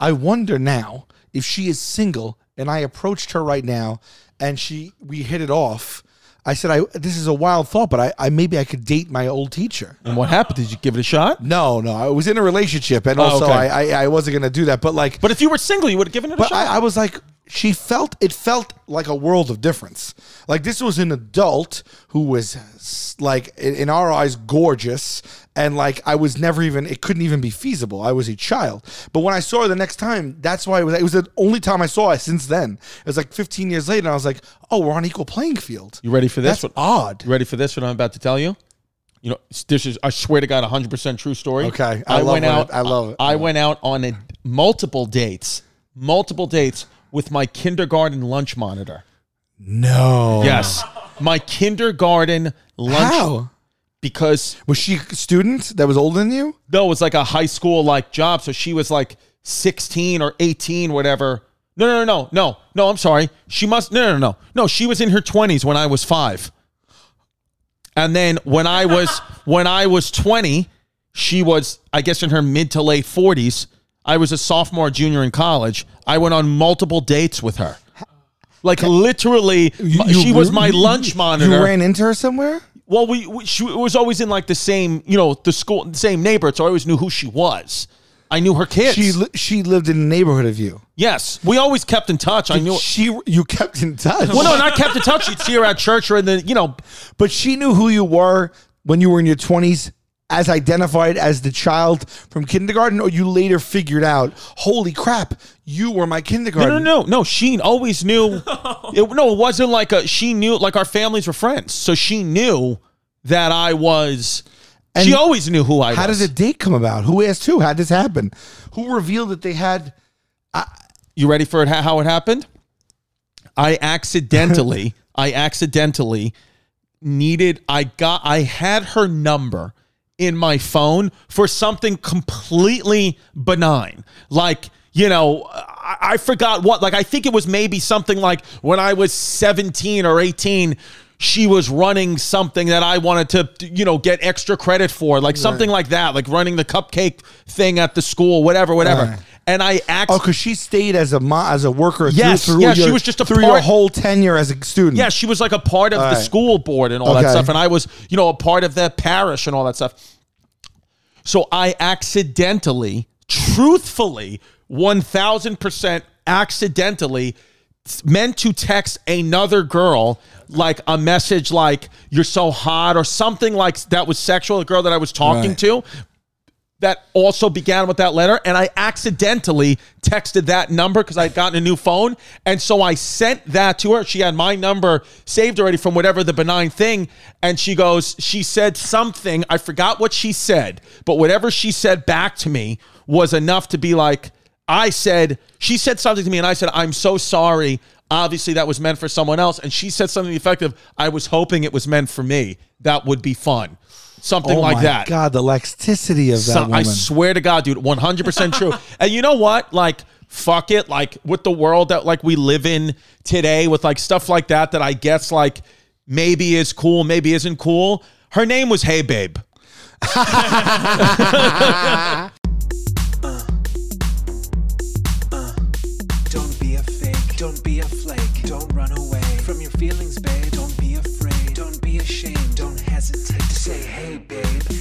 Speaker 3: I wonder now if she is single." And I approached her right now, and she we hit it off. I said, "I this is a wild thought, but I, I maybe I could date my old teacher."
Speaker 4: And what happened? Did you give it a shot? Oh,
Speaker 3: No, no, I was in a relationship, and also
Speaker 4: okay.
Speaker 3: I, I I wasn't gonna do that, but like
Speaker 4: But if you were single, you would have given it a
Speaker 3: but
Speaker 4: shot.
Speaker 3: I, I was like, she felt it felt like a world of difference. Like this was an adult who was s- like in in our eyes gorgeous, and like I was never even it couldn't even be feasible. I was a child. But when I saw her the next time, that's why it was. It was the only time I saw her since then. It was like 15 years later, and I was like, oh, we're on equal playing field.
Speaker 4: you ready for this?
Speaker 3: That's
Speaker 4: one?
Speaker 3: odd.
Speaker 4: You ready for this? What I'm about to tell you. You know, this is I swear to God, 100 percent true story.
Speaker 3: Okay, I
Speaker 4: went
Speaker 3: love when it-
Speaker 4: out.
Speaker 3: I love it.
Speaker 4: I went out on a, multiple dates, multiple dates with my kindergarten lunch monitor.
Speaker 3: No.
Speaker 4: Yes, my kindergarten lunch.
Speaker 3: Oh. How
Speaker 4: Because
Speaker 3: was she a student that was older than you?
Speaker 4: no, it was like a high school like job. So she was like 16 or 18, whatever. No, no, no, no, no, no. I'm sorry. She must. No, no, no, no. She was in her 20s when I was five. And then when I was when I was 20, she was I guess in her mid to late 40s. I was a sophomore, junior in college. I went on multiple dates with her. Like literally,
Speaker 3: You-
Speaker 4: she
Speaker 3: you-
Speaker 4: was my
Speaker 3: you-
Speaker 4: lunch monitor.
Speaker 3: You ran into her somewhere.
Speaker 4: Well, we, we she it was always in like the same, you know, the school, the same neighborhood. So I always knew who she was. I knew her kids.
Speaker 3: She li- she lived in the neighborhood of you.
Speaker 4: yes, we always kept in touch. I knew.
Speaker 3: she you kept in touch.
Speaker 4: Well, no, not kept in touch. You'd see her at church or in the, you know,
Speaker 3: but she knew who you were when you were in your twenties, as identified as the child from kindergarten, or you later figured out, holy crap, you were my
Speaker 4: no,
Speaker 3: kindergarten.
Speaker 4: no, no, no. She always knew. It, no, it wasn't like a. She knew like our families were friends, so she knew that I was. she
Speaker 3: And
Speaker 4: always knew who I
Speaker 3: How
Speaker 4: was.
Speaker 3: did the date come about? Who asked who? How would this happen? Who revealed that they had?
Speaker 4: You ready for it? ha- How it happened? I accidentally, I accidentally needed. I got. I had her number in my phone for something completely benign, like you know. I, I forgot what. Like I think it was maybe something like when I was seventeen or eighteen. She was running something that I wanted to, you know, get extra credit for, like something like that, like running the cupcake thing at the school, whatever, whatever.
Speaker 3: Right.
Speaker 4: and I act.
Speaker 3: Oh, because she stayed as a mo- as a worker.
Speaker 4: Yes,
Speaker 3: through, through
Speaker 4: yeah, she
Speaker 3: your-
Speaker 4: was just a
Speaker 3: through your
Speaker 4: part-
Speaker 3: whole tenure as a student.
Speaker 4: Yeah, she was like a part of
Speaker 3: All
Speaker 4: the
Speaker 3: right.
Speaker 4: school board and all
Speaker 3: Okay.
Speaker 4: that stuff. And I was, you know, a part of the parish and all that stuff. So I accidentally, truthfully, 1000% accidentally meant to text another girl like a message like you're so hot or something like that was sexual a girl that i was talking
Speaker 3: Right.
Speaker 4: to that also began with that letter and i accidentally texted that number because i'd gotten a new phone and so i sent that to her she had my number saved already from whatever the benign thing and she goes she said something i forgot what she said but whatever she said back to me was enough to be like i said she said something to me and i said i'm so sorry obviously that was meant for someone else and she said something effective i was hoping it was meant for me that would be fun something
Speaker 3: Oh
Speaker 4: like
Speaker 3: my
Speaker 4: that
Speaker 3: God, the laxity of that
Speaker 4: so- I
Speaker 3: woman.
Speaker 4: swear to God, dude, 100% true. and you know what? Like, fuck it. Like, with the world that, like, we live in today with, like, stuff like that, that I guess, like, maybe is cool, maybe isn't cool. Her name was Hey Babe.
Speaker 1: Don't be a fake, don't be a flake, don't run away from your feelings, babe. Don't be afraid, don't be ashamed, don't hesitate to say, hey, babe,